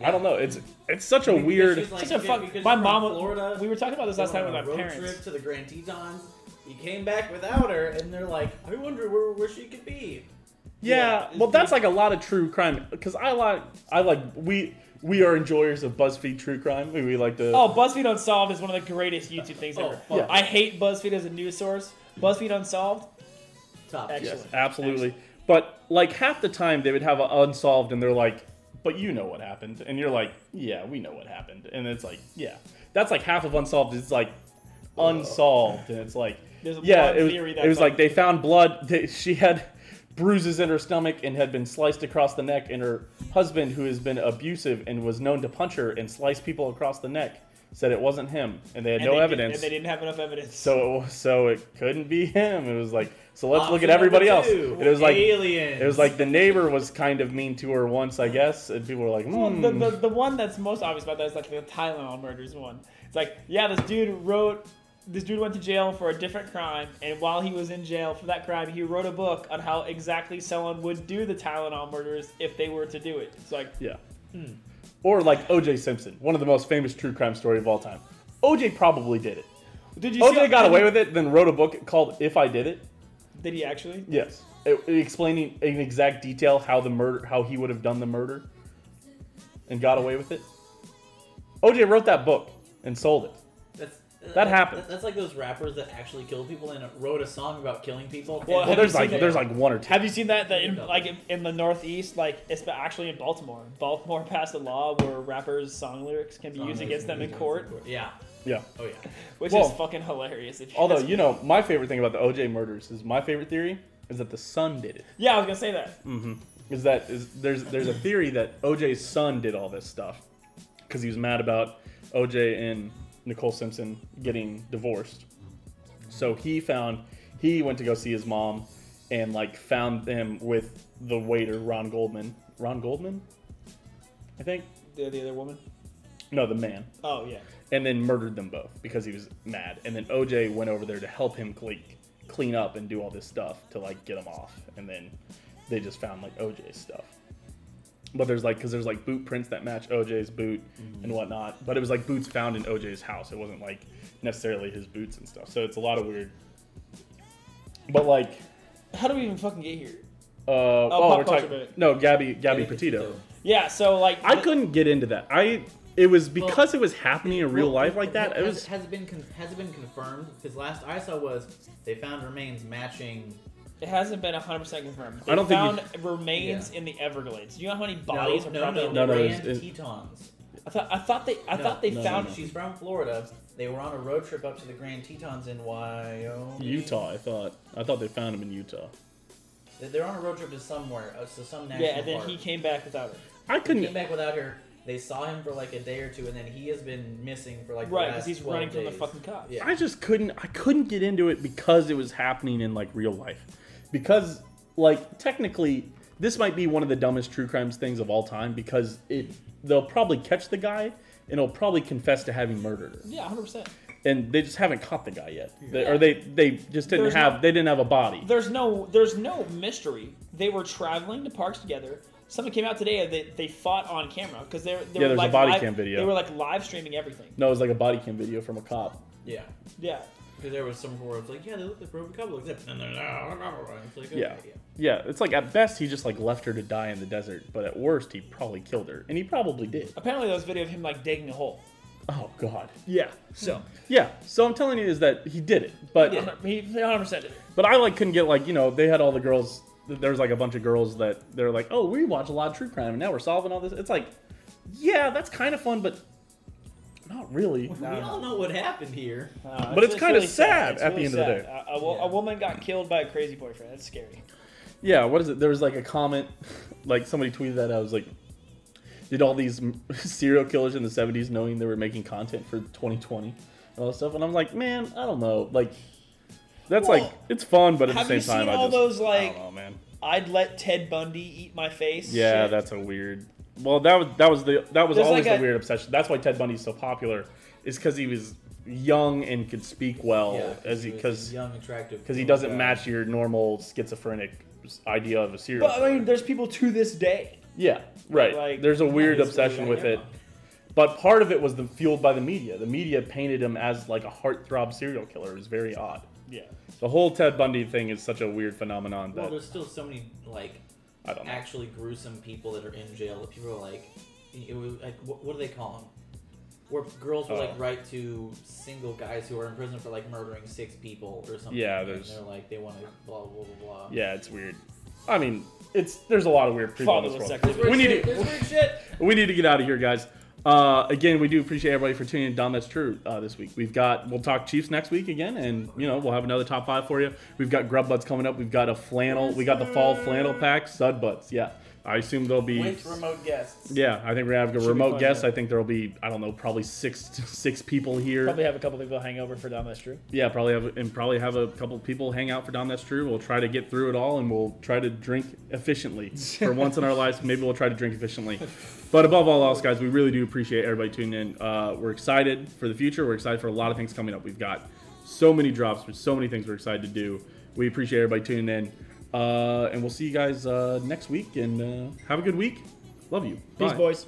Speaker 1: I don't know. It's it's such a weird.
Speaker 11: She's like,
Speaker 2: Such a
Speaker 11: yeah,
Speaker 2: fuck.
Speaker 11: because
Speaker 2: My
Speaker 11: you're from
Speaker 2: mom.
Speaker 11: Florida.
Speaker 2: we were talking about this last
Speaker 11: Went
Speaker 2: time with
Speaker 11: on
Speaker 2: my
Speaker 11: a road
Speaker 2: parents.
Speaker 11: trip to the Grand Tetons. You came back without her, and they're like, I wonder where, where she could be.
Speaker 1: Yeah, well, that's like a lot of true crime because I like I like we we are enjoyers of BuzzFeed true crime. We, we like to.
Speaker 2: Oh, BuzzFeed Unsolved is one of the greatest YouTube things
Speaker 11: Oh,
Speaker 2: ever.
Speaker 11: fuck.
Speaker 1: Yeah.
Speaker 2: I hate BuzzFeed as a news source. BuzzFeed Unsolved,
Speaker 11: Top.
Speaker 2: excellent.
Speaker 1: yes, absolutely. But like half the time they would have a unsolved, and they're like, "But you know what happened," and you're like, "Yeah, we know what happened," and it's like, "Yeah." That's like half of unsolved. It's like unsolved, and it's like,
Speaker 2: There's a
Speaker 1: yeah,
Speaker 2: blood
Speaker 1: it was,
Speaker 2: theory
Speaker 1: it
Speaker 2: that
Speaker 1: was like
Speaker 2: fucking-
Speaker 1: they found blood. They, she had bruises in her stomach and had been sliced across the neck, and her husband, who has been abusive and was known to punch her and slice people across the neck, said it wasn't him, and they had
Speaker 2: And
Speaker 1: no
Speaker 2: they did-
Speaker 1: evidence.
Speaker 2: and they didn't have enough evidence.
Speaker 1: so, so it couldn't be him. It was like, so let's look
Speaker 11: Option
Speaker 1: at everybody
Speaker 11: number
Speaker 1: else.
Speaker 11: two,
Speaker 1: And it was like,
Speaker 11: aliens.
Speaker 1: it was like the neighbor was kind of mean to her once, I guess, and people were like,
Speaker 2: Well,
Speaker 1: hmm.
Speaker 2: the, the, the one that's most obvious about that is like the Tylenol murders one. It's like, yeah, this dude wrote, this dude went to jail for a different crime, and while he was in jail for that crime, he wrote a book on how exactly someone would do the Tylenol murders if they were to do it. It's like,
Speaker 1: Yeah.
Speaker 2: hmm.
Speaker 1: Or like O.J. Simpson, one of the most famous true crime story of all time. O.J. probably did it.
Speaker 2: did you?
Speaker 1: O.J. Oh, got away with it, then wrote a book called "If I Did It."
Speaker 2: Did he actually?
Speaker 1: Yes, It- it explaining in exact detail how the murder, how he would have done the murder, and got away with it. O.J. wrote that book and sold it.
Speaker 11: That's,
Speaker 1: That happened.
Speaker 11: That's like those rappers that actually kill people and wrote a song about killing people.
Speaker 2: Well,
Speaker 1: Well,
Speaker 2: Have
Speaker 1: there's
Speaker 2: you
Speaker 1: like
Speaker 2: seen that?
Speaker 1: there's like one or two.
Speaker 2: Have you seen that? That in, like in, in the Northeast, like it's actually in Baltimore. Baltimore passed a law where rappers' song lyrics can be used against them in court,
Speaker 11: Yeah.
Speaker 1: Yeah.
Speaker 11: Oh yeah.
Speaker 2: which
Speaker 1: Well,
Speaker 2: is fucking hilarious. If you
Speaker 1: Although
Speaker 2: ask me.
Speaker 1: you know, my favorite thing about the O.J. murders is my favorite theory is that the son did it.
Speaker 2: yeah, I was gonna say that.
Speaker 1: is that is there's there's a theory that OJ's son did all this stuff because he was mad about OJ and Nicole Simpson getting divorced. So he found he went to go see his mom and like found them with the waiter Ron Goldman. Ron Goldman, I think.
Speaker 2: The, the other woman.
Speaker 1: No, the man,
Speaker 2: Oh yeah.
Speaker 1: and then murdered them both because he was mad. And then OJ went over there to help him clean clean up and do all this stuff to like get him off. And then they just found like OJ's stuff. But there's like, because there's like boot prints that match OJ's boot and whatnot. But it was like boots found in OJ's house. It wasn't like necessarily his boots and stuff. So it's a lot of weird. But like,
Speaker 2: How do we even fucking get here?
Speaker 1: uh, oh, we're
Speaker 2: pop culture
Speaker 1: talking.
Speaker 2: bit.
Speaker 1: No, Gabby, Gabby
Speaker 11: Gabby
Speaker 1: Petito.
Speaker 11: Petito.
Speaker 2: Yeah, so like
Speaker 1: I couldn't get into that. I it was because it was happening in real
Speaker 11: Well,
Speaker 1: life like that. It
Speaker 11: Has,
Speaker 1: was
Speaker 11: has it been con- has it been confirmed? Because last I saw was they found remains matching.
Speaker 2: it hasn't been 100 percent confirmed.
Speaker 1: I don't
Speaker 2: They
Speaker 1: think
Speaker 2: found remains in the Everglades. Do you know how many bodies
Speaker 11: no,
Speaker 2: are
Speaker 11: no,
Speaker 2: probably?
Speaker 11: no,
Speaker 1: No, no,
Speaker 11: Grand
Speaker 1: it's- it-
Speaker 11: Tetons.
Speaker 2: I thought I thought they I
Speaker 11: No,
Speaker 2: thought they
Speaker 1: no, no,
Speaker 2: found.
Speaker 1: no.
Speaker 11: She's from Florida. They were on a road trip up to the Grand Tetons in Wyoming.
Speaker 1: Utah, I thought. I thought they found him in Utah.
Speaker 11: They- They're on a road trip to somewhere, uh, to some national
Speaker 2: Yeah, and then
Speaker 11: park.
Speaker 2: he came back without her.
Speaker 1: I
Speaker 11: He came
Speaker 1: couldn't.
Speaker 11: back without her. They saw him for like a day or two, and then he has been missing for like the
Speaker 2: Right, because
Speaker 11: last
Speaker 2: he's
Speaker 11: 12
Speaker 2: running from the
Speaker 11: days.
Speaker 2: fucking cops.
Speaker 11: Yeah.
Speaker 1: I just couldn't. I couldn't get into it because it was happening in like real life. Because like technically, this might be one of the dumbest true crimes things of all time because it they'll probably catch the guy and he'll probably confess to having murdered her,
Speaker 2: Yeah, 100. percent
Speaker 1: and they just haven't caught the guy yet, They- or they they just didn't
Speaker 2: There's
Speaker 1: have
Speaker 2: no-
Speaker 1: they didn't have a body.
Speaker 2: There's no there's no mystery. They were traveling to parks together. Something came out today that they fought on camera because they,
Speaker 1: Yeah,
Speaker 2: they were
Speaker 1: there's a
Speaker 2: like
Speaker 1: body
Speaker 2: live,
Speaker 1: cam video.
Speaker 2: They were like live streaming everything.
Speaker 1: No, it was like a body cam video from a cop.
Speaker 11: Yeah.
Speaker 2: Yeah,
Speaker 11: Because there was some where it's like, yeah, they look like RoboCop, except and they're no, no, no. It's like, okay,
Speaker 1: Yeah. Yeah, it's like at best he just like left her to die in the desert, but at worst he probably killed her, and he probably did.
Speaker 2: apparently there was a video of him like digging a hole.
Speaker 1: Oh God.
Speaker 2: Yeah, so
Speaker 1: Yeah, so I'm telling you is that he did it, but
Speaker 2: he 100 percent did. it.
Speaker 1: but I like couldn't get like you know they had all the girls. There was like a bunch of girls that they're like, oh, we watch a lot of true crime and now we're solving all this. It's like, yeah, that's kind of fun, but not really.
Speaker 11: We all know what happened here.
Speaker 2: Uh,
Speaker 1: But it's kinda
Speaker 2: really
Speaker 1: sad at the end of the
Speaker 2: sad.
Speaker 1: day.
Speaker 2: A- A, wo-
Speaker 11: Yeah.
Speaker 2: a woman got killed by a crazy boyfriend. That's scary.
Speaker 1: Yeah, what is it? There was like a comment, like somebody tweeted that I was like, Did all these m- serial killers in the 70s knowing they were making content for 2020 and all that stuff? And I'm like, man, I don't know. Like, that's
Speaker 2: Well,
Speaker 1: like, it's fun, but at the
Speaker 2: have
Speaker 1: same
Speaker 2: you seen
Speaker 1: time, I
Speaker 2: all
Speaker 1: just,
Speaker 2: those,
Speaker 1: I
Speaker 2: like-
Speaker 1: don't know, man.
Speaker 2: I'd let Ted Bundy eat my face.
Speaker 1: Yeah,
Speaker 2: shit?
Speaker 1: that's a weird. Well, that was that was the that was
Speaker 2: There's
Speaker 1: always
Speaker 2: like
Speaker 1: the
Speaker 2: a-
Speaker 1: weird obsession. That's why Ted Bundy's so popular, is because he was young and could speak well, Oh, as he because
Speaker 11: young, attractive,
Speaker 1: because he doesn't match your normal schizophrenic idea of a serial.
Speaker 2: But I
Speaker 1: killer.
Speaker 2: mean, there's people to this day.
Speaker 1: yeah, right.
Speaker 2: like,
Speaker 1: There's a weird
Speaker 11: he's
Speaker 1: obsession
Speaker 11: like,
Speaker 1: with it. But part of it was the, fueled by the media. The media painted him as like a heartthrob serial killer. It was very odd.
Speaker 2: Yeah.
Speaker 1: The whole Ted Bundy thing is such a weird phenomenon
Speaker 11: Well,
Speaker 1: that
Speaker 11: there's still so many like
Speaker 1: I don't know.
Speaker 11: actually gruesome people that are in jail that people are like, it was, like what, what do they call them? Where girls will
Speaker 1: Oh.
Speaker 11: like write to single guys who are in prison for like murdering six people or something.
Speaker 1: Yeah,
Speaker 11: and
Speaker 1: there's-
Speaker 11: they're like they want to blah blah blah blah.
Speaker 1: Yeah, it's weird. I mean, it's there's a lot of weird people in this
Speaker 2: Fatherless
Speaker 1: world.
Speaker 2: activity.
Speaker 1: We need
Speaker 11: Shit,
Speaker 1: to
Speaker 11: there's weird shit.
Speaker 1: we need to get out of here, guys. Uh, again, we do appreciate everybody for tuning in. Dom, that's true. Uh, this week we've got we'll talk Chiefs next week again, and you know we'll have another top five for you. We've got grub butts coming up. We've got a flannel. We got the fall flannel pack. Sud butts. Yeah, I assume there'll be.
Speaker 14: With remote guests.
Speaker 1: yeah, I think we're gonna have a
Speaker 15: be
Speaker 1: remote
Speaker 15: fun,
Speaker 1: guest.
Speaker 15: yeah.
Speaker 1: I think there'll be I don't know probably six six people here.
Speaker 15: Probably have a couple people hang over for Dom. That's true.
Speaker 1: Yeah, probably have and probably have a couple people hang out for Dom. That's true. We'll try to get through it all, and we'll try to drink efficiently for once in our lives. Maybe we'll try to drink efficiently. But above all else, guys, we really do appreciate everybody tuning in. Uh, we're excited for the future. We're excited for a lot of things coming up. We've got so many drops. There's so many things we're excited to do. We appreciate everybody tuning in, uh, and we'll see you guys uh, next week. And uh, have a good week. Love you.
Speaker 15: Peace,
Speaker 1: Bye.
Speaker 15: boys.